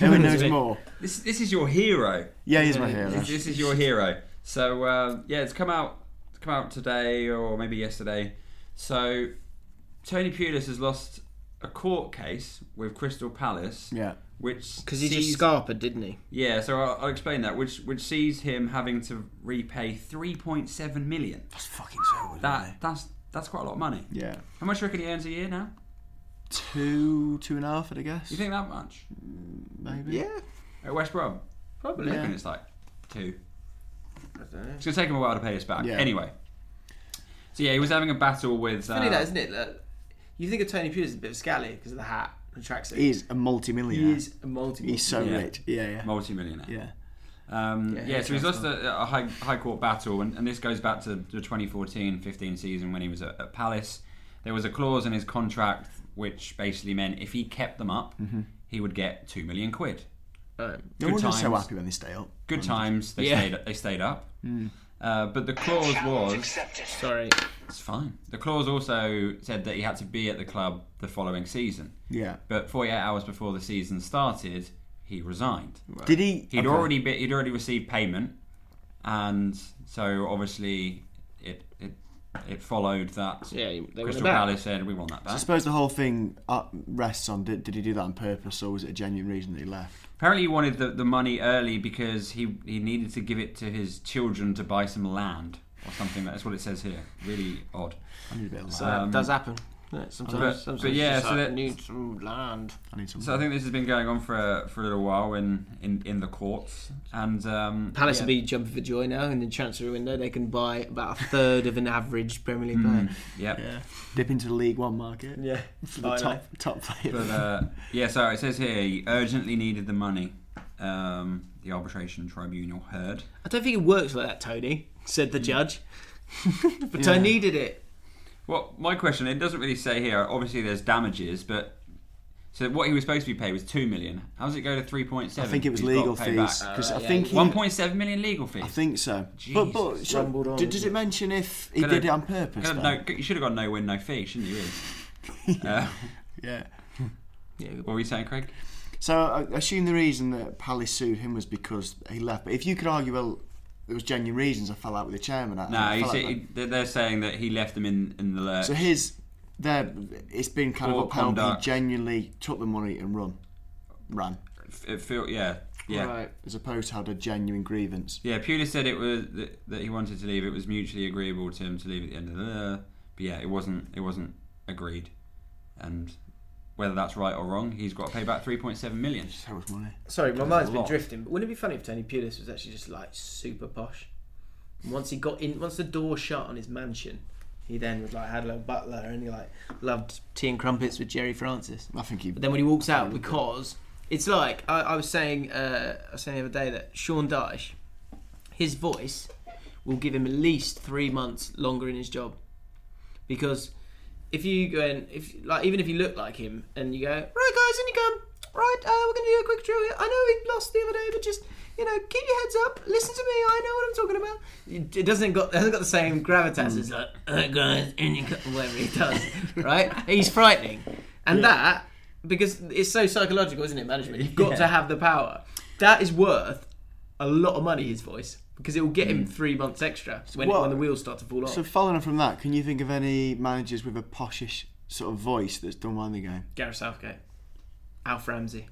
[SPEAKER 4] Erwin knows
[SPEAKER 3] Really?
[SPEAKER 4] more.
[SPEAKER 5] This this is your hero.
[SPEAKER 4] Yeah, he's my hero.
[SPEAKER 5] This, this is your hero. So uh, yeah, it's come out it's come out today or maybe yesterday. So Tony Pulis has lost a court case with Crystal Palace.
[SPEAKER 4] Yeah.
[SPEAKER 5] Which
[SPEAKER 3] Because he just
[SPEAKER 5] sees-
[SPEAKER 3] Scarpa, didn't he?
[SPEAKER 5] Yeah, so I'll, I'll explain that. Which which sees him having to repay three point seven million.
[SPEAKER 4] That's fucking so
[SPEAKER 5] That that's that's quite a lot of money.
[SPEAKER 4] Yeah.
[SPEAKER 5] How much do you reckon he earns a year now?
[SPEAKER 4] Two, two and a half, I'd guess.
[SPEAKER 5] Do you think that much?
[SPEAKER 4] Maybe. Yeah.
[SPEAKER 5] At West Brom? Probably. I reckon
[SPEAKER 4] Yeah.
[SPEAKER 5] it's like two. It's going to take him a while to pay us back.
[SPEAKER 4] Yeah.
[SPEAKER 5] Anyway. So yeah, he was having a battle with.
[SPEAKER 3] Funny that,
[SPEAKER 5] Uh,
[SPEAKER 3] isn't it? Look, you think of Tony Pulis as a bit of scally because of the hat and tracksuit.
[SPEAKER 4] He's a multi-millionaire.
[SPEAKER 3] He is a multi.
[SPEAKER 4] He's so
[SPEAKER 5] Yeah.
[SPEAKER 4] rich. Yeah, yeah.
[SPEAKER 5] multi-millionaire.
[SPEAKER 4] yeah.
[SPEAKER 5] Um, yeah, so he's lost
[SPEAKER 3] transfer.
[SPEAKER 5] a, a high, high court battle, and, and this goes back to the 2014-15 season when he was at, at Palace. There was a clause in his contract which basically meant if he kept them up,
[SPEAKER 4] Mm-hmm.
[SPEAKER 5] he would get two million quid.
[SPEAKER 4] No
[SPEAKER 5] Good
[SPEAKER 4] one's so
[SPEAKER 5] times.
[SPEAKER 4] happy when they stay up.
[SPEAKER 5] Good times. They
[SPEAKER 3] Yeah. Hmm.
[SPEAKER 5] stayed. They stayed up. Uh, but the clause was
[SPEAKER 3] Sorry.
[SPEAKER 5] it's fine. The clause also said that he had to be at the club the following season.
[SPEAKER 4] Yeah.
[SPEAKER 5] But 48 hours before the season started, he resigned.
[SPEAKER 4] Did he?
[SPEAKER 5] He'd
[SPEAKER 4] Okay.
[SPEAKER 5] already be, he'd already received payment, and so obviously it it it followed that.
[SPEAKER 3] Yeah, they would've
[SPEAKER 5] Crystal
[SPEAKER 3] back.
[SPEAKER 5] Palace said we want that
[SPEAKER 4] I
[SPEAKER 5] back.
[SPEAKER 4] suppose the whole thing uh, rests on did, did he do that on purpose or was it a genuine reason that he left?
[SPEAKER 5] Apparently, he wanted the, the money early because he he needed to give it to his children to buy some land or something. That's what it says here. Really odd.
[SPEAKER 4] I need a bit of
[SPEAKER 3] So
[SPEAKER 4] light.
[SPEAKER 3] that does happen. Yeah, sometimes,
[SPEAKER 5] uh, but-
[SPEAKER 3] sometimes
[SPEAKER 5] but
[SPEAKER 3] it's
[SPEAKER 5] yeah,
[SPEAKER 3] just
[SPEAKER 5] so
[SPEAKER 3] like,
[SPEAKER 5] that-
[SPEAKER 3] need some land.
[SPEAKER 4] I need some.
[SPEAKER 5] So I think this has been going on for a, for a little while in, in, in the courts, and um,
[SPEAKER 3] Palace
[SPEAKER 5] yeah.
[SPEAKER 3] will be jumping for joy now in the transfer window. They can buy about a third of an average Premier League
[SPEAKER 5] Hmm.
[SPEAKER 3] player.
[SPEAKER 5] Yep.
[SPEAKER 4] Dip into the League One market.
[SPEAKER 3] Yeah.
[SPEAKER 4] For the top, top player.
[SPEAKER 5] But uh, yeah, so it says here he urgently needed the money. Um, the arbitration tribunal heard.
[SPEAKER 3] I don't think it works like that, Tony, said
[SPEAKER 4] Mm.
[SPEAKER 3] the judge. but I needed it.
[SPEAKER 5] Well, my question it doesn't really say here. Obviously, there's damages, but so what he was supposed to be paid was two million. How does it go to three point
[SPEAKER 4] I
[SPEAKER 5] seven?
[SPEAKER 4] think it was legal fees. Because I think he,
[SPEAKER 5] Uh, One point seven million legal fees.
[SPEAKER 4] I think so. But, but
[SPEAKER 5] Jesus.
[SPEAKER 4] so, d- does it mention if he
[SPEAKER 5] Could
[SPEAKER 4] did
[SPEAKER 5] have-
[SPEAKER 4] it on purpose?
[SPEAKER 5] could have
[SPEAKER 4] Then?
[SPEAKER 5] no- you should have got no win, no fee, shouldn't you? Really? Uh,
[SPEAKER 4] Yeah.
[SPEAKER 5] What were you saying, Craig?
[SPEAKER 4] So I I assume the reason that Palace sued him was because he left. But if you could argue, well, there was genuine reasons I fell out with the chairman. I,
[SPEAKER 5] No,
[SPEAKER 4] I
[SPEAKER 5] you
[SPEAKER 4] fell out
[SPEAKER 5] see,
[SPEAKER 4] with-
[SPEAKER 5] they're- they're saying that he left them in in the lurch.
[SPEAKER 4] So his, their, it's been kind of
[SPEAKER 5] Poor
[SPEAKER 4] upheld. that He
[SPEAKER 5] conduct.
[SPEAKER 4] genuinely took the money and run, ran,
[SPEAKER 5] it feel, yeah, yeah.
[SPEAKER 4] as opposed to had a genuine grievance.
[SPEAKER 5] Yeah, Pulis said it was that, that he wanted to leave. It was mutually agreeable to him to leave at the end of the. But yeah, it wasn't. It wasn't agreed, and whether that's right or wrong, he's got to pay back three point seven million.
[SPEAKER 4] So much money.
[SPEAKER 3] Sorry, my mind's been
[SPEAKER 5] lot.
[SPEAKER 3] drifting. But wouldn't it be funny if Tony Pulis was actually just like super posh? And once he got in, once the door shut on his mansion, he then was like had a little butler and he like loved tea and crumpets with Jerry Francis.
[SPEAKER 4] I think he.
[SPEAKER 3] But then when he walks out, because it's like I, I was saying, uh, I was saying the other day that Sean Dyche, his voice will give him at least three months longer in his job, because if you go and if like even if you look like him and you go right guys in you come right, uh, we're going to do a quick drill here. I know we lost the other day, but just, you know, keep your heads up. Listen to me. I know what I'm talking about. It- It doesn't got, it hasn't got the same gravitas as like, "Alright, guys, in you co-" whatever he does, right? He's frightening. And that, because it's so psychological, isn't it, management? You've got to have the power. That is worth a lot of money, his voice, because it will get him three months extra when,
[SPEAKER 4] what-
[SPEAKER 3] when the wheels start to fall off.
[SPEAKER 4] So following on from that, can you think of any managers with a poshish sort of voice that's done well in the game?
[SPEAKER 3] Gareth Southgate, Alf Ramsey.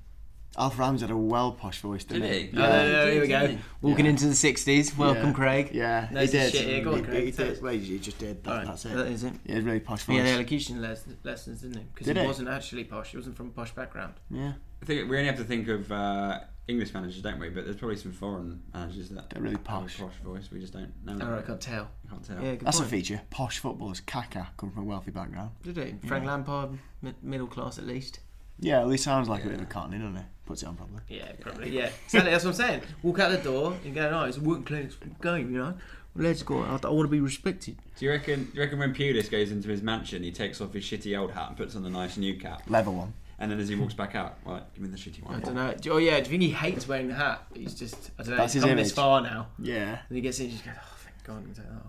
[SPEAKER 4] Alf Rams had a well posh voice, didn't
[SPEAKER 5] Did he?
[SPEAKER 4] Yeah. Um,
[SPEAKER 5] Oh,
[SPEAKER 3] Oh, there we go. Walking into the 60s. Welcome,
[SPEAKER 4] Yeah.
[SPEAKER 3] Craig.
[SPEAKER 4] Yeah,
[SPEAKER 3] Nice
[SPEAKER 4] he
[SPEAKER 3] and
[SPEAKER 4] did.
[SPEAKER 3] shit here. Go on,
[SPEAKER 4] He-
[SPEAKER 3] Craig,
[SPEAKER 4] he
[SPEAKER 3] tell us.
[SPEAKER 4] did. Well, he just did. That, That's it.
[SPEAKER 3] That is it.
[SPEAKER 4] He had a really posh voice.
[SPEAKER 3] Yeah, the elocution les- lessons, didn't it? Because
[SPEAKER 4] Did
[SPEAKER 3] he
[SPEAKER 4] it?
[SPEAKER 3] wasn't actually posh. He wasn't from a posh background.
[SPEAKER 4] Yeah.
[SPEAKER 5] I think we only have to think of uh, English managers, don't we? But there's probably some foreign managers that
[SPEAKER 4] They're really
[SPEAKER 5] have a
[SPEAKER 4] posh.
[SPEAKER 5] posh voice. We just don't know.
[SPEAKER 3] Oh, I can't tell.
[SPEAKER 5] Can't tell.
[SPEAKER 3] Yeah, good
[SPEAKER 4] That's
[SPEAKER 3] point.
[SPEAKER 4] a feature. Posh footballers, Kaka, come from a wealthy background.
[SPEAKER 3] Did it? Frank Lampard, mi- middle class at least.
[SPEAKER 4] Yeah, well, he sounds like a bit of a continent, doesn't he? Puts it on probably.
[SPEAKER 3] Yeah, probably. Yeah. Exactly, that's what I'm saying. Walk out the door and go, no, it's a working class game, you know? Let's go. I, I want to be respected.
[SPEAKER 5] Do you reckon? Do you reckon when Pulis goes into his mansion, he takes off his shitty old hat and puts on the nice new cap,
[SPEAKER 4] Leather one.
[SPEAKER 5] and then as he walks back out, well, give me the shitty one.
[SPEAKER 3] I don't know. Do- Oh, yeah. Do you think he hates wearing the hat? He's just, I don't know.
[SPEAKER 4] That's
[SPEAKER 3] he's
[SPEAKER 4] his
[SPEAKER 3] come this
[SPEAKER 4] image.
[SPEAKER 3] far now.
[SPEAKER 4] Yeah.
[SPEAKER 3] And he gets in, he just goes, oh, thank God, I'm take that off.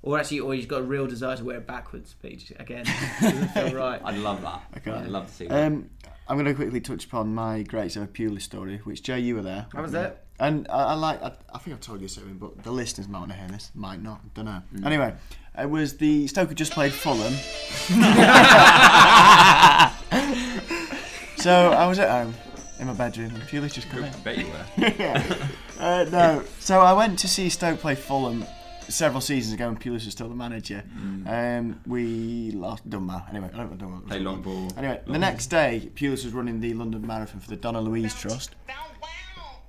[SPEAKER 3] Or actually, or he's got a real desire to wear it backwards, but he just, again, it doesn't feel right.
[SPEAKER 5] I'd love that.
[SPEAKER 4] Okay.
[SPEAKER 5] I'd love to see that.
[SPEAKER 4] Um, I'm going to quickly touch upon my great ever Pulis story, which Jay, you were there.
[SPEAKER 3] I was there.
[SPEAKER 4] And I, I like, I, I think I've told you something, but the listeners might want to hear this, might not, don't know.
[SPEAKER 5] Mm.
[SPEAKER 4] Anyway, it was the Stoke had just played Fulham. so I was at home in my bedroom, and Pulis just come in.
[SPEAKER 5] I bet you were.
[SPEAKER 4] Uh, no. So I went to see Stoke play Fulham several seasons ago, and Pulis was still the manager.
[SPEAKER 5] Mm.
[SPEAKER 4] Um, we lost. Don't matter. Anyway, I don't, I don't know.
[SPEAKER 5] Play long ball.
[SPEAKER 4] Anyway, the next day, Pulis was running the London Marathon for the Donna Louise Trust,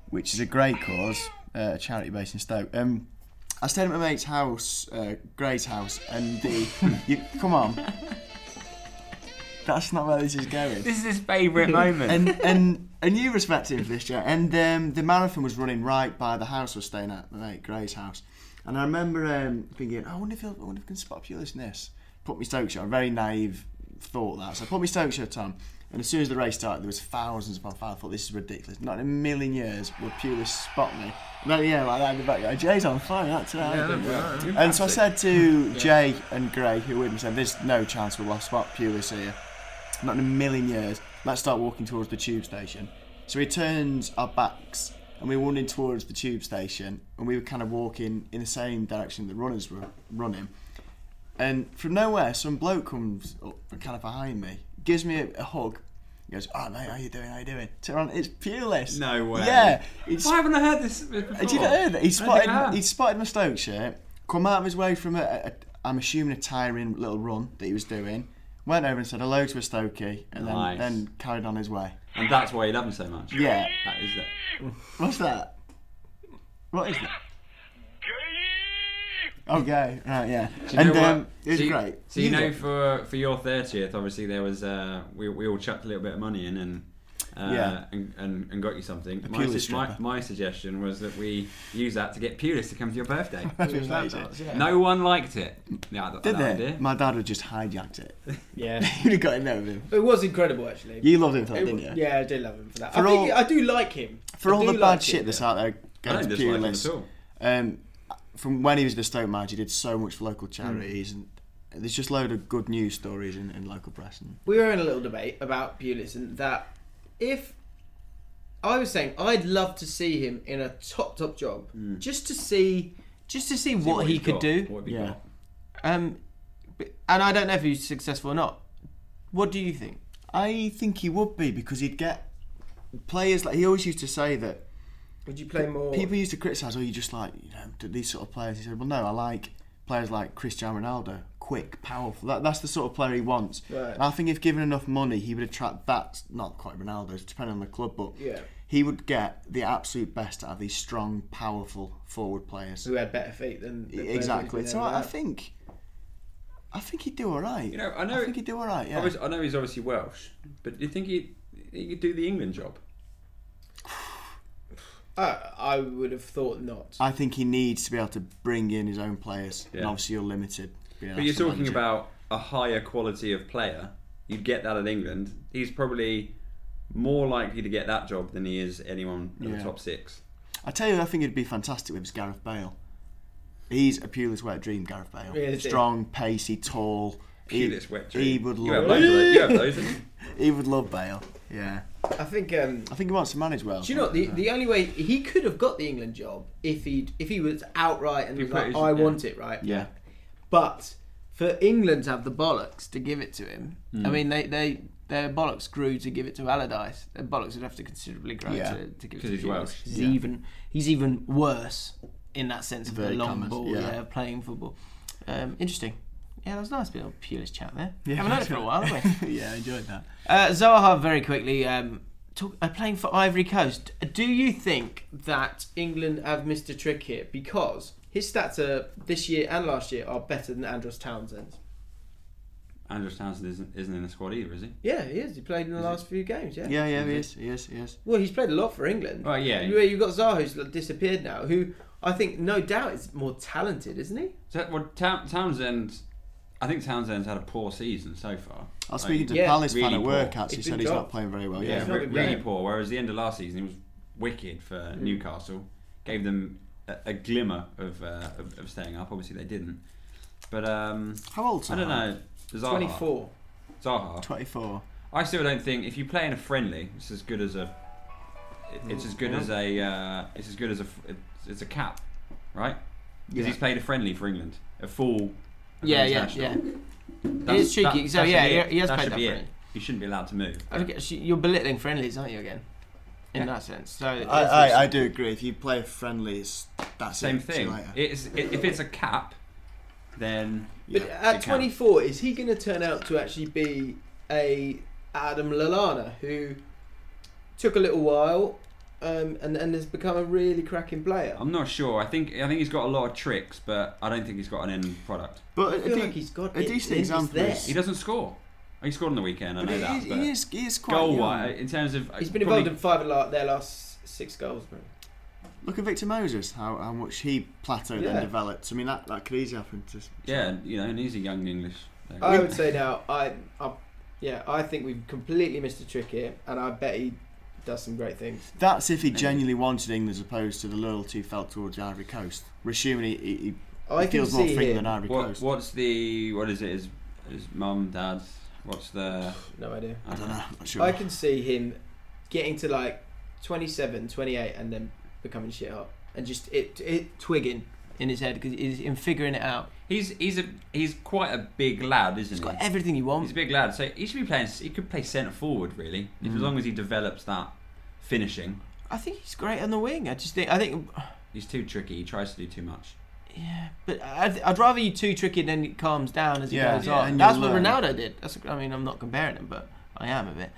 [SPEAKER 4] which is a great cause, uh, a charity based in Stoke. Um, I stayed at my mate's house, uh, Gray's house, and the. you, come on. That's not where this is going
[SPEAKER 6] This is his favourite moment.
[SPEAKER 4] and and and you respect him for this, Jack. And um, the marathon was running right by the house we're staying at, the mate Gray's house. And I remember um, thinking, I wonder if he'll, I wonder if I can spot Pulis in this. Put me Stoke shirt. A very naive thought that. So I put my Stoke shirt on. And as soon as the race started, there was thousands upon thousands. I thought this is ridiculous. Not in a million years will Pulis spot me. And then, yeah, like that in the back, like, Jay's on fire. That's right. and so I said to Jay and Gray, who were with me, said, "There's no chance we'll spot Pulis here." Not in a million years. Let's start walking towards the tube station. So we turned our backs and we were running towards the tube station and we were kind of walking in the same direction the runners were running. And from nowhere, some bloke comes up and kind of behind me, gives me a, a hug. He goes, oh mate, how you doing? How you doing? Turn around, it's Pulis.
[SPEAKER 5] No way.
[SPEAKER 4] Yeah. It's,
[SPEAKER 5] Why haven't I heard this before?
[SPEAKER 4] did you not hear that? He
[SPEAKER 5] I have.
[SPEAKER 4] spotted, he spotted my Stoke shirt, come out of his way from a, a, a I'm assuming a tiring little run that he was doing, went over and said hello to a Stokey, and
[SPEAKER 5] Nice.
[SPEAKER 4] then, then carried on his way.
[SPEAKER 5] And that's why you love him so much.
[SPEAKER 4] Yeah.
[SPEAKER 5] That is it.
[SPEAKER 4] What's that? What is that? Okay, right, yeah.
[SPEAKER 5] You know
[SPEAKER 4] and um,
[SPEAKER 5] what?
[SPEAKER 4] it was
[SPEAKER 5] so you,
[SPEAKER 4] great.
[SPEAKER 5] So you know,
[SPEAKER 4] did.
[SPEAKER 5] for for your thirtieth, obviously there was uh, we we all chucked a little bit of money in and. Uh,
[SPEAKER 4] Yeah.
[SPEAKER 5] and, and, and got you something. My,
[SPEAKER 4] Pulis
[SPEAKER 5] sus- my,
[SPEAKER 4] stripper.
[SPEAKER 5] my suggestion was that we use that to get Pulis to come to your birthday.
[SPEAKER 4] It was amazing.
[SPEAKER 5] No one liked it. Yeah, I thought
[SPEAKER 4] Did
[SPEAKER 5] that
[SPEAKER 4] they?
[SPEAKER 5] idea.
[SPEAKER 4] My dad had just hijacked it.
[SPEAKER 3] Yeah.
[SPEAKER 4] You'd have got in there with him.
[SPEAKER 3] It was incredible, actually.
[SPEAKER 4] You loved him for that,
[SPEAKER 3] It
[SPEAKER 4] didn't
[SPEAKER 3] was-
[SPEAKER 4] you?
[SPEAKER 3] yeah, I do love him for that.
[SPEAKER 4] For
[SPEAKER 3] I, think,
[SPEAKER 4] all-
[SPEAKER 3] I do like him.
[SPEAKER 4] For
[SPEAKER 3] I
[SPEAKER 4] all
[SPEAKER 3] do
[SPEAKER 4] the bad
[SPEAKER 3] like
[SPEAKER 4] shit
[SPEAKER 3] him.
[SPEAKER 4] that's out there,
[SPEAKER 5] I don't
[SPEAKER 4] going to
[SPEAKER 5] dislike him
[SPEAKER 4] Pulis.
[SPEAKER 5] at all.
[SPEAKER 4] um, from when he was the Stoke manager, he did so much for local charities,
[SPEAKER 3] Hmm.
[SPEAKER 4] and there's just load of good news stories in, in local press. And
[SPEAKER 3] we were in a little debate about Pulis and that if I was saying I'd love to see him in a top top job
[SPEAKER 4] Hmm.
[SPEAKER 3] just to see just to see, what, he
[SPEAKER 5] he's
[SPEAKER 3] could
[SPEAKER 5] got,
[SPEAKER 3] do.
[SPEAKER 5] What have you
[SPEAKER 4] Yeah.
[SPEAKER 5] got?
[SPEAKER 3] Um, b- and I don't know if he's successful or not. What do you think?
[SPEAKER 4] I think he would be because he'd get players like he always used to say that
[SPEAKER 3] Would you play more?
[SPEAKER 4] people used to criticise, oh, you just like you know th- these sort of players. He said, well, no, I like players like Cristiano Ronaldo, quick, powerful. That, that's the sort of player he wants.
[SPEAKER 3] Right.
[SPEAKER 4] And I think if given enough money, he would attract that. Not quite Ronaldo's, depending on the club, but
[SPEAKER 3] Yeah.
[SPEAKER 4] he would get the absolute best out of these strong, powerful forward players.
[SPEAKER 3] who had better feet than the players
[SPEAKER 4] E, Exactly.
[SPEAKER 3] who've
[SPEAKER 4] So
[SPEAKER 3] been there
[SPEAKER 4] I, I
[SPEAKER 3] now.
[SPEAKER 4] think, I think he'd do all right.
[SPEAKER 5] You know, I know-
[SPEAKER 4] I think he'd do all right. Yeah.
[SPEAKER 5] Obviously, I know he's obviously Welsh, but do you think he he could do the England job?
[SPEAKER 3] I, I would have thought not.
[SPEAKER 4] I think he needs to be able to bring in his own players. And
[SPEAKER 5] Yeah.
[SPEAKER 4] obviously, you're limited. being
[SPEAKER 5] But you're
[SPEAKER 4] asked to
[SPEAKER 5] talking
[SPEAKER 4] manage it.
[SPEAKER 5] about a higher quality of player. You'd get that in England. He's probably more likely to get that job than he is anyone in
[SPEAKER 4] Yeah.
[SPEAKER 5] the top six.
[SPEAKER 4] I tell you, who I think it'd be fantastic with is Gareth Bale. He's a Pulis wet dream, Gareth Bale.
[SPEAKER 3] Really?
[SPEAKER 4] Strong, pacey, tall. He-
[SPEAKER 5] Pulis wet dream.
[SPEAKER 4] He would
[SPEAKER 5] You have
[SPEAKER 4] love.
[SPEAKER 5] loads of those. You have those, didn't you?
[SPEAKER 4] He would love Bale. Yeah.
[SPEAKER 7] I think. Um,
[SPEAKER 4] I think he wants to manage well.
[SPEAKER 3] Do you know what, the the only way he could have got the England job if he would if he was outright and was
[SPEAKER 5] put
[SPEAKER 3] like
[SPEAKER 5] his-
[SPEAKER 3] I
[SPEAKER 5] yeah.
[SPEAKER 3] want it right
[SPEAKER 4] Yeah.
[SPEAKER 3] but for England to have the bollocks to give it to him I mean they they their bollocks grew to give it to Allardyce their bollocks would have to considerably grow
[SPEAKER 4] Yeah.
[SPEAKER 3] to, to give it
[SPEAKER 5] 'Cause
[SPEAKER 3] to
[SPEAKER 5] he's
[SPEAKER 3] Pulis.
[SPEAKER 5] Welsh.
[SPEAKER 3] he's even he's even worse in that sense of the
[SPEAKER 4] Very
[SPEAKER 3] long
[SPEAKER 4] commas,
[SPEAKER 3] ball
[SPEAKER 4] yeah.
[SPEAKER 3] yeah. playing football um, interesting yeah that was a nice bit of Pulis chat there haven't heard it for a while have we
[SPEAKER 4] yeah, I enjoyed that.
[SPEAKER 3] uh, Zaha, very quickly, um, talk, uh, playing for Ivory Coast. Do you think that England have missed a trick here? Because his stats are, this year and last year are better than Andros Townsend's.
[SPEAKER 5] Andrew Townsend isn't, isn't in the squad either, is he?
[SPEAKER 3] Yeah, he is. He played in the last few games, yeah.
[SPEAKER 4] Yeah, yeah, he is. He is. He is.
[SPEAKER 3] Well, he's played a lot for England.
[SPEAKER 5] Well, yeah.
[SPEAKER 3] Where you've got Zaha, who's disappeared now, who I think, no doubt, is more talented, isn't he?
[SPEAKER 5] So, well, Town, Townsend, I think Townsend's had a poor season so far.
[SPEAKER 4] I was speaking to
[SPEAKER 3] yeah,
[SPEAKER 4] Palace fan
[SPEAKER 5] really
[SPEAKER 4] at work.
[SPEAKER 5] poor.
[SPEAKER 4] Actually,
[SPEAKER 3] He's
[SPEAKER 4] said
[SPEAKER 3] been
[SPEAKER 4] he's
[SPEAKER 3] dropped.
[SPEAKER 4] not playing very well.
[SPEAKER 5] Yeah,
[SPEAKER 4] Yeah.
[SPEAKER 3] not
[SPEAKER 5] re-
[SPEAKER 3] been
[SPEAKER 5] really
[SPEAKER 3] great.
[SPEAKER 5] poor. Whereas the end of last season, he was wicked for
[SPEAKER 3] Mm.
[SPEAKER 5] Newcastle. Gave them a, a glimmer of, uh, of of staying up. Obviously, they didn't. But um,
[SPEAKER 4] How old's
[SPEAKER 5] I don't
[SPEAKER 4] Zaha?
[SPEAKER 5] know. Zaha.
[SPEAKER 3] 24.
[SPEAKER 5] Zaha.
[SPEAKER 4] Twenty-four.
[SPEAKER 5] I still don't think if you play in a friendly, it's as good as a. It's as
[SPEAKER 3] Mm,
[SPEAKER 5] good as a. Uh, it's as good as a. It's, it's a cap, right? Because
[SPEAKER 4] Yeah.
[SPEAKER 5] he's played a friendly for England, a full.
[SPEAKER 3] Yeah, yeah,
[SPEAKER 5] international.
[SPEAKER 3] yeah.
[SPEAKER 5] That's-
[SPEAKER 3] It's cheeky. So,
[SPEAKER 5] should
[SPEAKER 3] yeah,
[SPEAKER 5] be it.
[SPEAKER 3] he- he has
[SPEAKER 5] that
[SPEAKER 3] played
[SPEAKER 5] should
[SPEAKER 3] that
[SPEAKER 5] be
[SPEAKER 3] for
[SPEAKER 5] it.
[SPEAKER 3] England.
[SPEAKER 5] He shouldn't be allowed to move.
[SPEAKER 3] I guess You're belittling friendlies, aren't you, again? In that sense. So
[SPEAKER 4] I, I, I do agree. If you play friendlies, that's
[SPEAKER 5] Same
[SPEAKER 4] it. See you
[SPEAKER 5] thing.
[SPEAKER 4] later.
[SPEAKER 5] It's i- if it's a cap, then
[SPEAKER 3] But
[SPEAKER 5] It
[SPEAKER 3] at
[SPEAKER 5] can.
[SPEAKER 3] 24, is he going to turn out to actually be a Adam Lallana who took a little while um, and and has become a really cracking player?
[SPEAKER 5] I'm not sure. I think I think he's got a lot of tricks, but I don't think he's got an end product.
[SPEAKER 4] But
[SPEAKER 3] I feel like he's got
[SPEAKER 4] a
[SPEAKER 3] it
[SPEAKER 4] decent
[SPEAKER 3] in his
[SPEAKER 4] example.
[SPEAKER 3] there.
[SPEAKER 4] is-
[SPEAKER 5] He doesn't score. He scored on the weekend. I
[SPEAKER 4] But
[SPEAKER 5] know
[SPEAKER 4] he,
[SPEAKER 5] that.
[SPEAKER 4] is,
[SPEAKER 5] but
[SPEAKER 4] he is. He is quite
[SPEAKER 5] goal
[SPEAKER 4] young.
[SPEAKER 5] wise, in terms of
[SPEAKER 3] He's been involved in five of la- their last six goals, man.
[SPEAKER 4] Look at Victor Moses, how, how much he plateaued
[SPEAKER 3] Yeah.
[SPEAKER 4] and developed. I mean, that, that could easily happen to.
[SPEAKER 5] Yeah, you know, and he's a young English.
[SPEAKER 3] I would say now, I, I, yeah, I think we've completely missed a trick here, and I bet he does some great things.
[SPEAKER 4] That's if he genuinely wanted England as opposed to the loyalty he felt towards the Ivory Coast. We're assuming he, he, he
[SPEAKER 3] I can
[SPEAKER 4] feels more
[SPEAKER 3] see
[SPEAKER 4] for England
[SPEAKER 3] him.
[SPEAKER 4] than Ivory
[SPEAKER 5] What,
[SPEAKER 4] Coast.
[SPEAKER 5] what's the what is it? His his mum, dad? What's the?
[SPEAKER 3] No idea.
[SPEAKER 4] I don't know. I'm not sure.
[SPEAKER 3] I can see him getting to like 27, 28, and then becoming shit hot and just it it twigging in his head because he's in figuring it out.
[SPEAKER 5] He's he's a he's quite a big lad, isn't
[SPEAKER 3] He's got
[SPEAKER 5] he?
[SPEAKER 3] everything he
[SPEAKER 5] He's
[SPEAKER 3] wants.
[SPEAKER 5] a big lad, so he should be playing. He could play centre forward, really, if, as long as he develops that finishing.
[SPEAKER 3] I think he's great on the wing. I just think I think
[SPEAKER 5] He's too tricky. He tries to do too much.
[SPEAKER 3] yeah, but I'd, I'd rather you too tricky than it calms down as it
[SPEAKER 4] Yeah,
[SPEAKER 3] goes
[SPEAKER 4] yeah,
[SPEAKER 3] on.
[SPEAKER 4] and
[SPEAKER 3] That's
[SPEAKER 4] you'll
[SPEAKER 3] what
[SPEAKER 4] learn.
[SPEAKER 3] Ronaldo did. That's I mean I'm not comparing him, but I am a bit.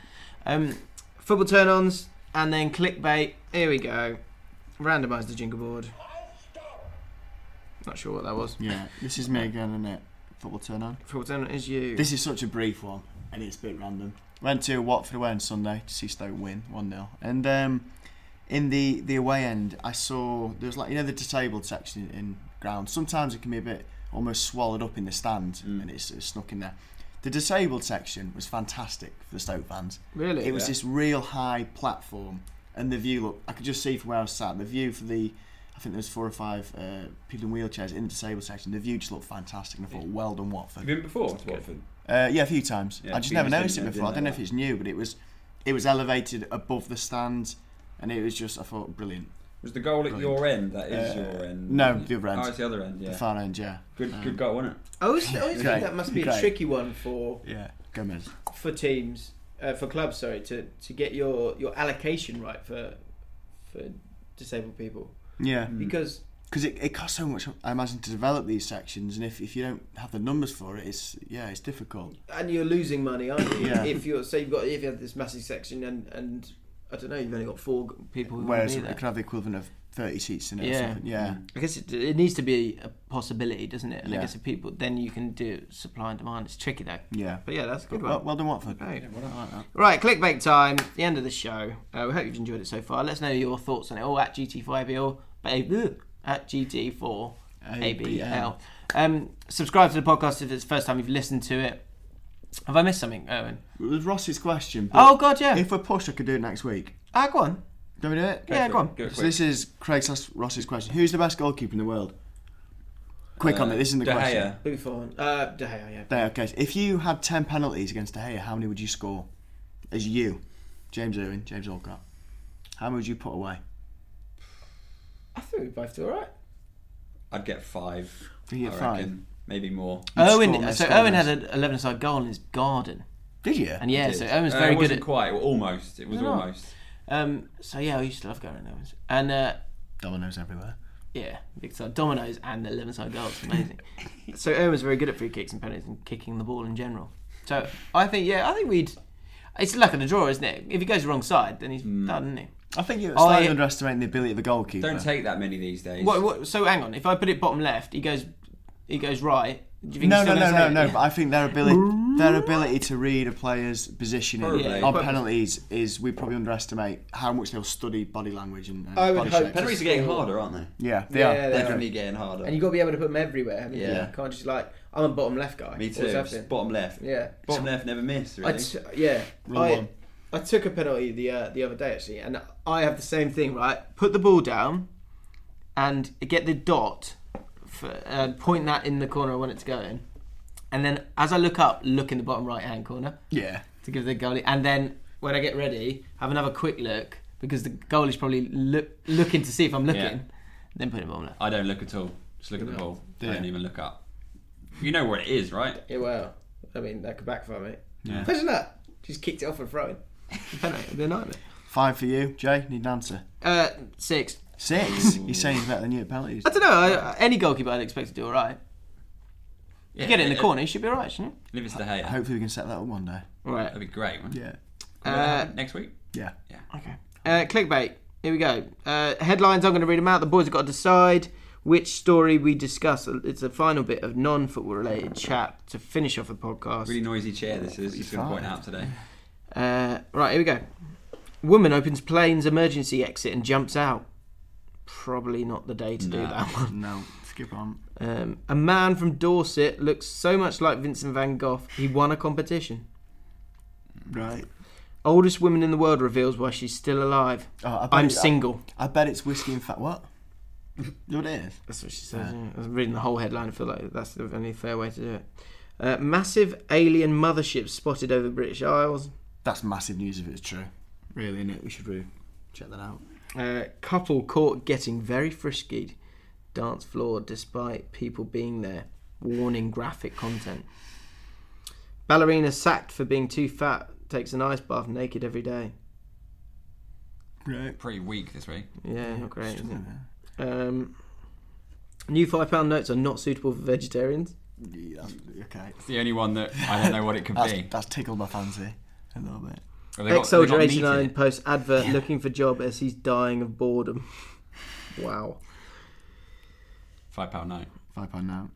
[SPEAKER 3] Um, football turn-ons and then clickbait. Here we go. Randomise the jingle board. Not sure what that was.
[SPEAKER 4] Yeah, this is me again, isn't it? Football turn on.
[SPEAKER 3] Football turn-on is you.
[SPEAKER 4] This is such a brief one, and it's a bit random. Went to Watford away on Sunday to see Stoke win 1 0. And um, in the, the away end, I saw there was like, you know, the disabled section in ground. Sometimes it can be a bit almost swallowed up in the stand,
[SPEAKER 3] Mm.
[SPEAKER 4] and it's, it's snuck in there. The disabled section was fantastic for the Stoke fans.
[SPEAKER 3] Really?
[SPEAKER 4] It was
[SPEAKER 3] Yeah.
[SPEAKER 4] this real high platform, and the view look, I could just see from where I was sat, the view for the. I think there was four or five uh, people in wheelchairs in the disabled section. The view just looked fantastic, and I thought, well done, Watford.
[SPEAKER 5] Have you been before to Watford?
[SPEAKER 4] Uh, yeah, a few times.
[SPEAKER 5] Yeah,
[SPEAKER 4] I just
[SPEAKER 5] you
[SPEAKER 4] never
[SPEAKER 5] just
[SPEAKER 4] noticed it
[SPEAKER 5] didn't-
[SPEAKER 4] before. I
[SPEAKER 5] didn't
[SPEAKER 4] don't know
[SPEAKER 5] know
[SPEAKER 4] if it's new, but it was it was elevated above the stand, and it was just I thought brilliant.
[SPEAKER 5] Was the goal at your end? That is
[SPEAKER 4] Uh,
[SPEAKER 5] your end.
[SPEAKER 4] no,
[SPEAKER 5] isn't it?
[SPEAKER 4] the other end.
[SPEAKER 5] Oh, it's the other end. Yeah.
[SPEAKER 4] The far end, yeah,
[SPEAKER 5] good, good goal, wasn't it?
[SPEAKER 3] I always, I always
[SPEAKER 4] Great.
[SPEAKER 3] think that must be a
[SPEAKER 4] Great.
[SPEAKER 3] tricky one for
[SPEAKER 4] yeah, Gomez.
[SPEAKER 3] for teams, uh, for clubs, sorry, to, to get your, your allocation right for for disabled people
[SPEAKER 4] Yeah,
[SPEAKER 3] because
[SPEAKER 4] because it, it costs so much. I imagine to develop these sections, and if, if you don't have the numbers for it, it's yeah, it's difficult.
[SPEAKER 3] and you're losing money, aren't you?
[SPEAKER 4] Yeah.
[SPEAKER 3] If you're say you've got if you have this massive section and and I don't know, you've only got four g- people. Who
[SPEAKER 4] Whereas
[SPEAKER 3] Whereas
[SPEAKER 4] it could have the equivalent of thirty seats in it.
[SPEAKER 3] Yeah. Mm.
[SPEAKER 4] or something. yeah.
[SPEAKER 3] I guess it, it needs to be a possibility, doesn't it? And I
[SPEAKER 4] Yeah.
[SPEAKER 3] guess if people then you can do supply and demand. It's tricky though.
[SPEAKER 4] Yeah.
[SPEAKER 3] But yeah, that's a good one.
[SPEAKER 4] Well, well done, Watford.
[SPEAKER 3] Right.
[SPEAKER 4] I like that.
[SPEAKER 3] Right, clickbait time. The end of the show. Uh, we hope you've enjoyed it so far. Let us know your thoughts on it all at GT4ABL. ba- eh, At GT4ABL. Um, subscribe to the podcast if it's the first time you've listened to it. Have I missed something, Erwin?
[SPEAKER 4] It was Ross's question. but
[SPEAKER 3] Oh God, yeah.
[SPEAKER 4] If we're pushed, I could do it next week.
[SPEAKER 3] ah, go on.
[SPEAKER 4] Don't we do it?
[SPEAKER 3] Yeah, go on.
[SPEAKER 5] Go
[SPEAKER 4] So
[SPEAKER 5] quick.
[SPEAKER 4] this is Craig's asked Ross's question. Who's the best goalkeeper in the world? Quick on it. This isn't the
[SPEAKER 5] Uh, De
[SPEAKER 4] question.
[SPEAKER 5] Gea.
[SPEAKER 7] Move on. Uh, De Gea, yeah.
[SPEAKER 4] There, okay. so If you had ten penalties against De Gea, how many would you score? As you, James Irwin, James Alcott, how many would you put away?
[SPEAKER 7] I think we both did all right.
[SPEAKER 5] I'd get five.
[SPEAKER 4] You get
[SPEAKER 5] I
[SPEAKER 4] five.
[SPEAKER 5] reckon. Maybe more.
[SPEAKER 4] score
[SPEAKER 3] Owen.
[SPEAKER 4] this,
[SPEAKER 3] So
[SPEAKER 4] score
[SPEAKER 3] Owen
[SPEAKER 4] this.
[SPEAKER 3] had an 11 side goal in his garden.
[SPEAKER 4] Did you?
[SPEAKER 3] And yeah,
[SPEAKER 5] Did.
[SPEAKER 3] so Owen's
[SPEAKER 5] Uh,
[SPEAKER 3] very
[SPEAKER 5] it
[SPEAKER 3] good
[SPEAKER 5] wasn't
[SPEAKER 3] at.
[SPEAKER 5] quite. well, Almost. It was almost.
[SPEAKER 3] Um, so yeah, I used to love going to Owen's. And uh,
[SPEAKER 4] Dominoes everywhere.
[SPEAKER 3] yeah, big side dominoes and 11 side goals, amazing. so Owen's very good at free kicks and penalties and kicking the ball in general. So I think yeah, I think we'd. It's luck of the draw, isn't it? If he goes the wrong side, then he's
[SPEAKER 4] Mm.
[SPEAKER 3] done, isn't he?
[SPEAKER 4] I think you're
[SPEAKER 3] I-
[SPEAKER 4] slightly underestimating the ability of a goalkeeper.
[SPEAKER 5] Don't take that many these days.
[SPEAKER 3] What, what, so hang on, if I put it bottom left, he goes, he goes right. Do you think
[SPEAKER 4] No,
[SPEAKER 3] he's still
[SPEAKER 4] no, no,
[SPEAKER 3] gonna
[SPEAKER 4] no,
[SPEAKER 3] say
[SPEAKER 4] no.
[SPEAKER 3] it?
[SPEAKER 4] But I think their ability, their ability to read a player's positioning
[SPEAKER 5] Yeah.
[SPEAKER 4] on penalties is we probably underestimate how much they'll study body language and, and
[SPEAKER 7] I would
[SPEAKER 4] body
[SPEAKER 7] hope
[SPEAKER 4] shapes.
[SPEAKER 5] Penalties are getting harder, aren't they?
[SPEAKER 4] Yeah, they
[SPEAKER 7] Yeah,
[SPEAKER 4] are.
[SPEAKER 7] they
[SPEAKER 5] They're
[SPEAKER 7] are.
[SPEAKER 5] definitely getting harder.
[SPEAKER 7] And you got to be able to put them everywhere, haven't you?
[SPEAKER 5] Yeah.
[SPEAKER 7] You can't just like, I'm a bottom left guy.
[SPEAKER 5] Me
[SPEAKER 7] What's
[SPEAKER 5] too.
[SPEAKER 7] happening?
[SPEAKER 5] It's Bottom left.
[SPEAKER 7] Yeah.
[SPEAKER 5] Bottom left never miss.
[SPEAKER 7] I
[SPEAKER 5] Really.
[SPEAKER 7] t- yeah.
[SPEAKER 4] Wrong
[SPEAKER 7] I,
[SPEAKER 4] one.
[SPEAKER 7] I took a penalty the uh, the other day actually, and I have the same thing. Right, put the ball down.
[SPEAKER 3] and get the dot, for, uh, point that in the corner I want it to go in, and then as I look up, look in the bottom right hand corner
[SPEAKER 4] Yeah.
[SPEAKER 3] to give the goalie, and then when I get ready, have another quick look because the goalie's probably look, looking to see if I'm looking, then put it bottom left.
[SPEAKER 5] I don't look at all. Just look at the ball. I don't even look up. You know what it is, right?
[SPEAKER 7] Yeah, well, I mean that could backfire, mate. Imagine that. Just kicked it off and thrown.
[SPEAKER 3] Penalty, they're not.
[SPEAKER 4] Five for you, Jay. Need an answer.
[SPEAKER 3] Uh, six.
[SPEAKER 4] Six. He's saying he's better than you at penalties.
[SPEAKER 3] I don't know. I, any goalkeeper I'd expect to do all right.
[SPEAKER 5] Yeah,
[SPEAKER 3] You get it in the corner, you should be all right, shouldn't
[SPEAKER 5] And if it's De Gea,
[SPEAKER 4] Hopefully, we can set that up one day.
[SPEAKER 3] you? All right.
[SPEAKER 5] that'd be great. Wouldn't it?
[SPEAKER 4] Yeah.
[SPEAKER 5] Can we do that next week.
[SPEAKER 4] Yeah.
[SPEAKER 3] Okay. Uh, clickbait. Here we go. Uh, headlines. I'm going to read them out. The boys have got to decide which story we discuss. It's the final bit of non-football related chat to finish off the podcast.
[SPEAKER 5] Really noisy chair. This is. Just going to point
[SPEAKER 4] fine.
[SPEAKER 5] out today.
[SPEAKER 3] Uh, right. Here we go. Woman opens plane's emergency exit and jumps out. Probably not the day to do that one.
[SPEAKER 4] No. Skip on.
[SPEAKER 3] Um, a man from Dorset looks so much like Vincent van Gogh, he won a competition.
[SPEAKER 4] Right.
[SPEAKER 3] Oldest woman in the world reveals why she's still alive.
[SPEAKER 4] Oh, I bet
[SPEAKER 3] I'm
[SPEAKER 4] it-
[SPEAKER 3] single.
[SPEAKER 4] I bet it's whiskey and fat. What? You know what it is?
[SPEAKER 3] That's what she says. yeah. I was reading the whole headline. I feel like that's the only fair way to do it. Uh, massive alien mothership spotted over British Isles.
[SPEAKER 4] That's massive news if it's true. Really, isn't it? We should really check that out.
[SPEAKER 3] Uh, couple caught getting very frisky. Dance floor despite people being there. Warning graphic content. Ballerina sacked for being too fat. Takes an ice bath naked every day.
[SPEAKER 4] Right.
[SPEAKER 5] Pretty weak this week.
[SPEAKER 3] Yeah, not great. Is it? Um, new five pound notes are not suitable for vegetarians.
[SPEAKER 4] Yeah, that's, okay.
[SPEAKER 5] It's the only one that I don't know what it could
[SPEAKER 4] That's,
[SPEAKER 5] be.
[SPEAKER 4] that's tickled my fancy a little bit.
[SPEAKER 5] Well, they got-
[SPEAKER 3] Ex soldier
[SPEAKER 5] they got meat in
[SPEAKER 3] 89
[SPEAKER 5] it.
[SPEAKER 3] posts advert looking for job as he's dying of boredom. wow.
[SPEAKER 5] Five pound note.
[SPEAKER 4] Five pound now.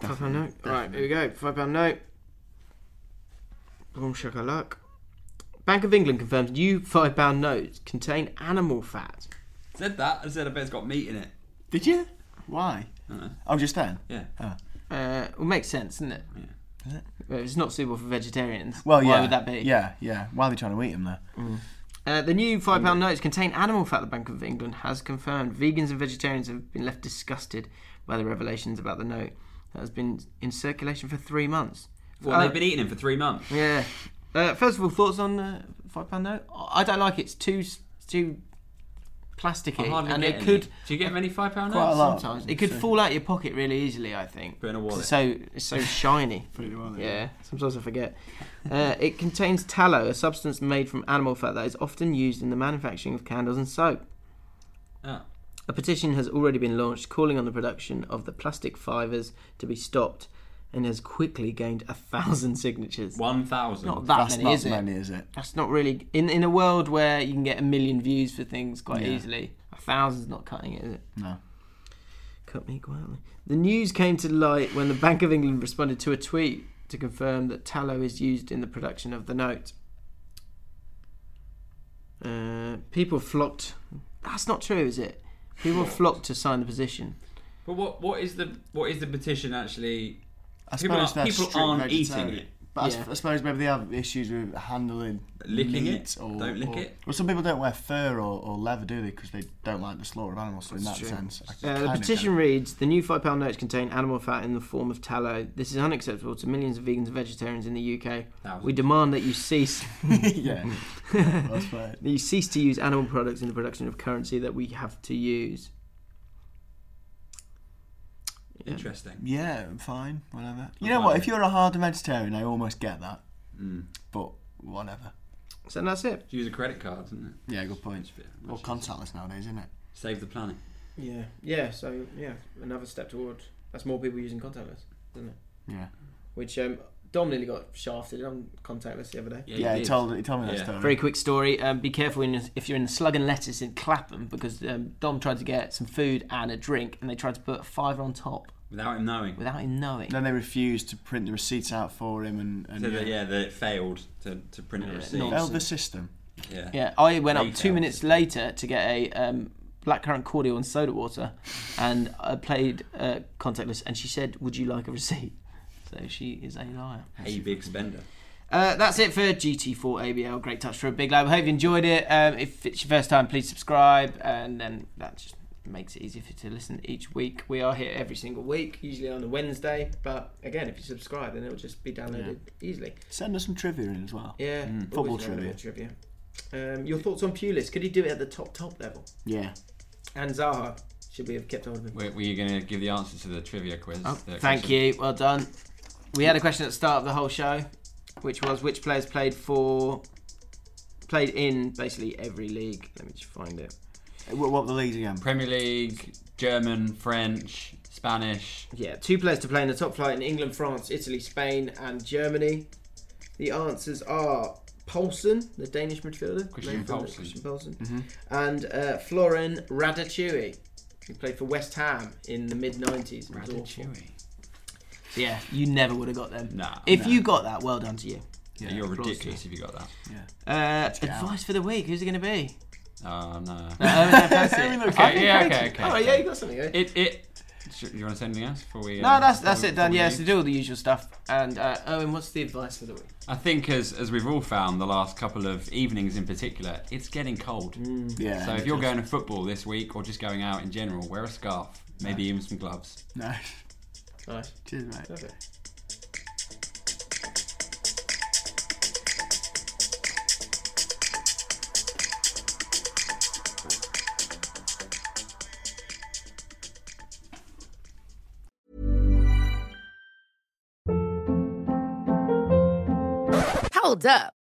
[SPEAKER 3] Five pound note. Right, here we go. Five pound note. Boom shakalak. Bank of England confirms new five pound notes contain animal fat.
[SPEAKER 5] Said that. I said I bet it's got meat in it.
[SPEAKER 4] Did you? Why?
[SPEAKER 3] Uh-huh.
[SPEAKER 4] Oh, just then.
[SPEAKER 5] Yeah.
[SPEAKER 3] Uh, well, makes sense, doesn't it? Well, It's not suitable for vegetarians.
[SPEAKER 4] Well,
[SPEAKER 3] why
[SPEAKER 4] yeah.
[SPEAKER 3] would that be?
[SPEAKER 4] Yeah, yeah. Why are they trying to eat him though?
[SPEAKER 3] Uh, the new five pound notes contain animal fat. The Bank of England has confirmed vegans and vegetarians have been left disgusted by the revelations about the note that has been in circulation for three months.
[SPEAKER 5] Well,
[SPEAKER 3] Uh,
[SPEAKER 5] they've been eating him for three months.
[SPEAKER 3] Yeah. Uh, first of all, thoughts on the five pound note? I I don't like it. It's too s- too plasticky,
[SPEAKER 5] I hardly
[SPEAKER 3] and
[SPEAKER 5] get
[SPEAKER 3] it
[SPEAKER 5] any.
[SPEAKER 3] could
[SPEAKER 5] Do you get many five pound
[SPEAKER 4] Quite a
[SPEAKER 5] notes?
[SPEAKER 4] lot.
[SPEAKER 3] sometimes it could fall out your pocket really easily. I think.
[SPEAKER 5] Put in a wallet.
[SPEAKER 3] It's so it's so shiny. yeah. Sometimes I forget. Uh, it contains tallow, a substance made from animal fat that is often used in the manufacturing of candles and soap.
[SPEAKER 5] Ah.
[SPEAKER 3] A petition has already been launched calling on the production of the plastic fibres to be stopped and has quickly gained a thousand signatures.
[SPEAKER 5] One thousand.
[SPEAKER 3] Not that
[SPEAKER 4] That's
[SPEAKER 3] many,
[SPEAKER 4] not
[SPEAKER 3] is it?
[SPEAKER 4] many, is it?
[SPEAKER 3] That's not really in in a world where you can get a million views for things quite easily. A thousand's not cutting it, is it?
[SPEAKER 4] No.
[SPEAKER 3] Cut me quietly. The news came to light when the Bank of England responded to a tweet to confirm that tallow is used in the production of the note. Uh, people flocked. That's not true, is it? People flocked to sign the petition.
[SPEAKER 5] But what what is the what is the petition actually?
[SPEAKER 4] I
[SPEAKER 5] People,
[SPEAKER 4] suppose
[SPEAKER 5] are,
[SPEAKER 4] they're
[SPEAKER 5] people
[SPEAKER 4] strict
[SPEAKER 5] aren't eating
[SPEAKER 4] vegetarian.
[SPEAKER 5] it.
[SPEAKER 4] But I,
[SPEAKER 3] Yeah.
[SPEAKER 4] s- I suppose maybe they have issues with handling
[SPEAKER 5] Licking it?
[SPEAKER 4] meat Or,
[SPEAKER 5] Don't lick
[SPEAKER 4] or-
[SPEAKER 5] it?
[SPEAKER 4] Well, some people don't wear fur or, or leather, do they? Because they don't like the slaughter of animals. So in that sense, I
[SPEAKER 3] Uh,
[SPEAKER 4] kinda
[SPEAKER 3] the
[SPEAKER 4] get
[SPEAKER 3] petition
[SPEAKER 4] it.
[SPEAKER 3] reads The new £5 notes contain animal fat in the form of tallow. This is unacceptable to millions of vegans and vegetarians in the UK. We demand that you cease.
[SPEAKER 4] yeah, Yeah, that's fair.
[SPEAKER 3] that you cease to use animal products in the production of currency that we have to use.
[SPEAKER 5] Interesting.
[SPEAKER 4] Yeah, fine, whatever. You know what? If you're a hard vegetarian, I almost get that.
[SPEAKER 5] Mm.
[SPEAKER 4] But whatever.
[SPEAKER 3] So that's it.
[SPEAKER 5] Use a credit card, isn't it?
[SPEAKER 4] Yeah, good point.
[SPEAKER 5] It's fair.
[SPEAKER 4] Well, contactless nowadays, isn't it?
[SPEAKER 5] Save the planet.
[SPEAKER 3] Yeah. Yeah. So yeah, another step toward that's more people using contactless, isn't it?
[SPEAKER 4] Yeah.
[SPEAKER 3] Which um, Dom nearly got shafted on contactless the other day.
[SPEAKER 4] Yeah, he
[SPEAKER 5] did.
[SPEAKER 4] told he told me
[SPEAKER 5] Yeah.
[SPEAKER 4] that story.
[SPEAKER 3] Very quick story. Um, be careful in, if you're in Slug and Lettuce in Clapham because um, Dom tried to get some food and a drink, and they tried to put a fiver on top
[SPEAKER 5] without him knowing.
[SPEAKER 3] without him knowing.
[SPEAKER 4] Then they refused to print the receipts out for him, and, and
[SPEAKER 5] So that, yeah, that it failed to, to print a receipt.
[SPEAKER 4] Failed the system.
[SPEAKER 5] Yeah.
[SPEAKER 3] Yeah, I went up two
[SPEAKER 5] Retail.
[SPEAKER 3] minutes later to get a um, blackcurrant cordial and soda water, and I played uh, contactless, and she said, "Would you like a receipt?" So she is a liar.
[SPEAKER 5] A big spender.
[SPEAKER 3] Uh, that's it for GT4 ABL. Great touch for a big lab. Hope you enjoyed it. Um, if it's your first time, please subscribe, and then that just makes it easier for you to listen each week. We are here every single week, usually on a Wednesday. But again, if you subscribe, then it'll just be downloaded easily.
[SPEAKER 4] Send us some trivia in as well.
[SPEAKER 3] Yeah,
[SPEAKER 4] Football
[SPEAKER 3] always relevant trivia. Um, your thoughts on Pulis? Could he do it at the top top level?
[SPEAKER 4] Yeah.
[SPEAKER 3] And Zaha, should we have kept hold of him?
[SPEAKER 6] Were, were you going to give the answer to the trivia quiz? The
[SPEAKER 3] Oh, Thank
[SPEAKER 6] question?
[SPEAKER 3] you. Well done. We had a question at the start of the whole show, which was which players played for, played in basically every league. Let me just find it.
[SPEAKER 4] What, what were the leagues again?
[SPEAKER 6] Premier League, German, French, Spanish.
[SPEAKER 3] Yeah, two players to play in the top flight in England, France, Italy, Spain, and Germany. The answers are Poulsen, the Danish midfielder,
[SPEAKER 6] Christian Mm-hmm.
[SPEAKER 3] known for the-
[SPEAKER 6] Poulsen.
[SPEAKER 3] Christian Poulsen. and uh, Florin Radacui, who played for West Ham in the mid '90s. It was awful.
[SPEAKER 6] Chewy.
[SPEAKER 3] Yeah, you never would have got them.
[SPEAKER 6] Nah.
[SPEAKER 3] If you got that, well done to you.
[SPEAKER 6] Yeah, you're ridiculous if you got that.
[SPEAKER 3] Uh, advice for the week. Who's it going to be?
[SPEAKER 6] Oh no.
[SPEAKER 3] Owen Fancy.
[SPEAKER 6] okay, yeah, okay, okay.
[SPEAKER 3] Oh, yeah, you got something. eh?
[SPEAKER 6] It it. Should, you want to say anything else before we?
[SPEAKER 3] No, that's that's it, Dan.
[SPEAKER 6] done.
[SPEAKER 3] Yeah, so do all the usual stuff. And uh, Owen, what's the advice for the week?
[SPEAKER 6] I think as as we've all found the last couple of evenings in particular, it's getting cold.
[SPEAKER 4] Yeah.
[SPEAKER 6] So if you're going to football this week or just going out in general, wear a scarf, maybe even some gloves.
[SPEAKER 4] No.
[SPEAKER 3] Nice.
[SPEAKER 4] Cheers, mate.
[SPEAKER 3] Okay.
[SPEAKER 8] Hold up.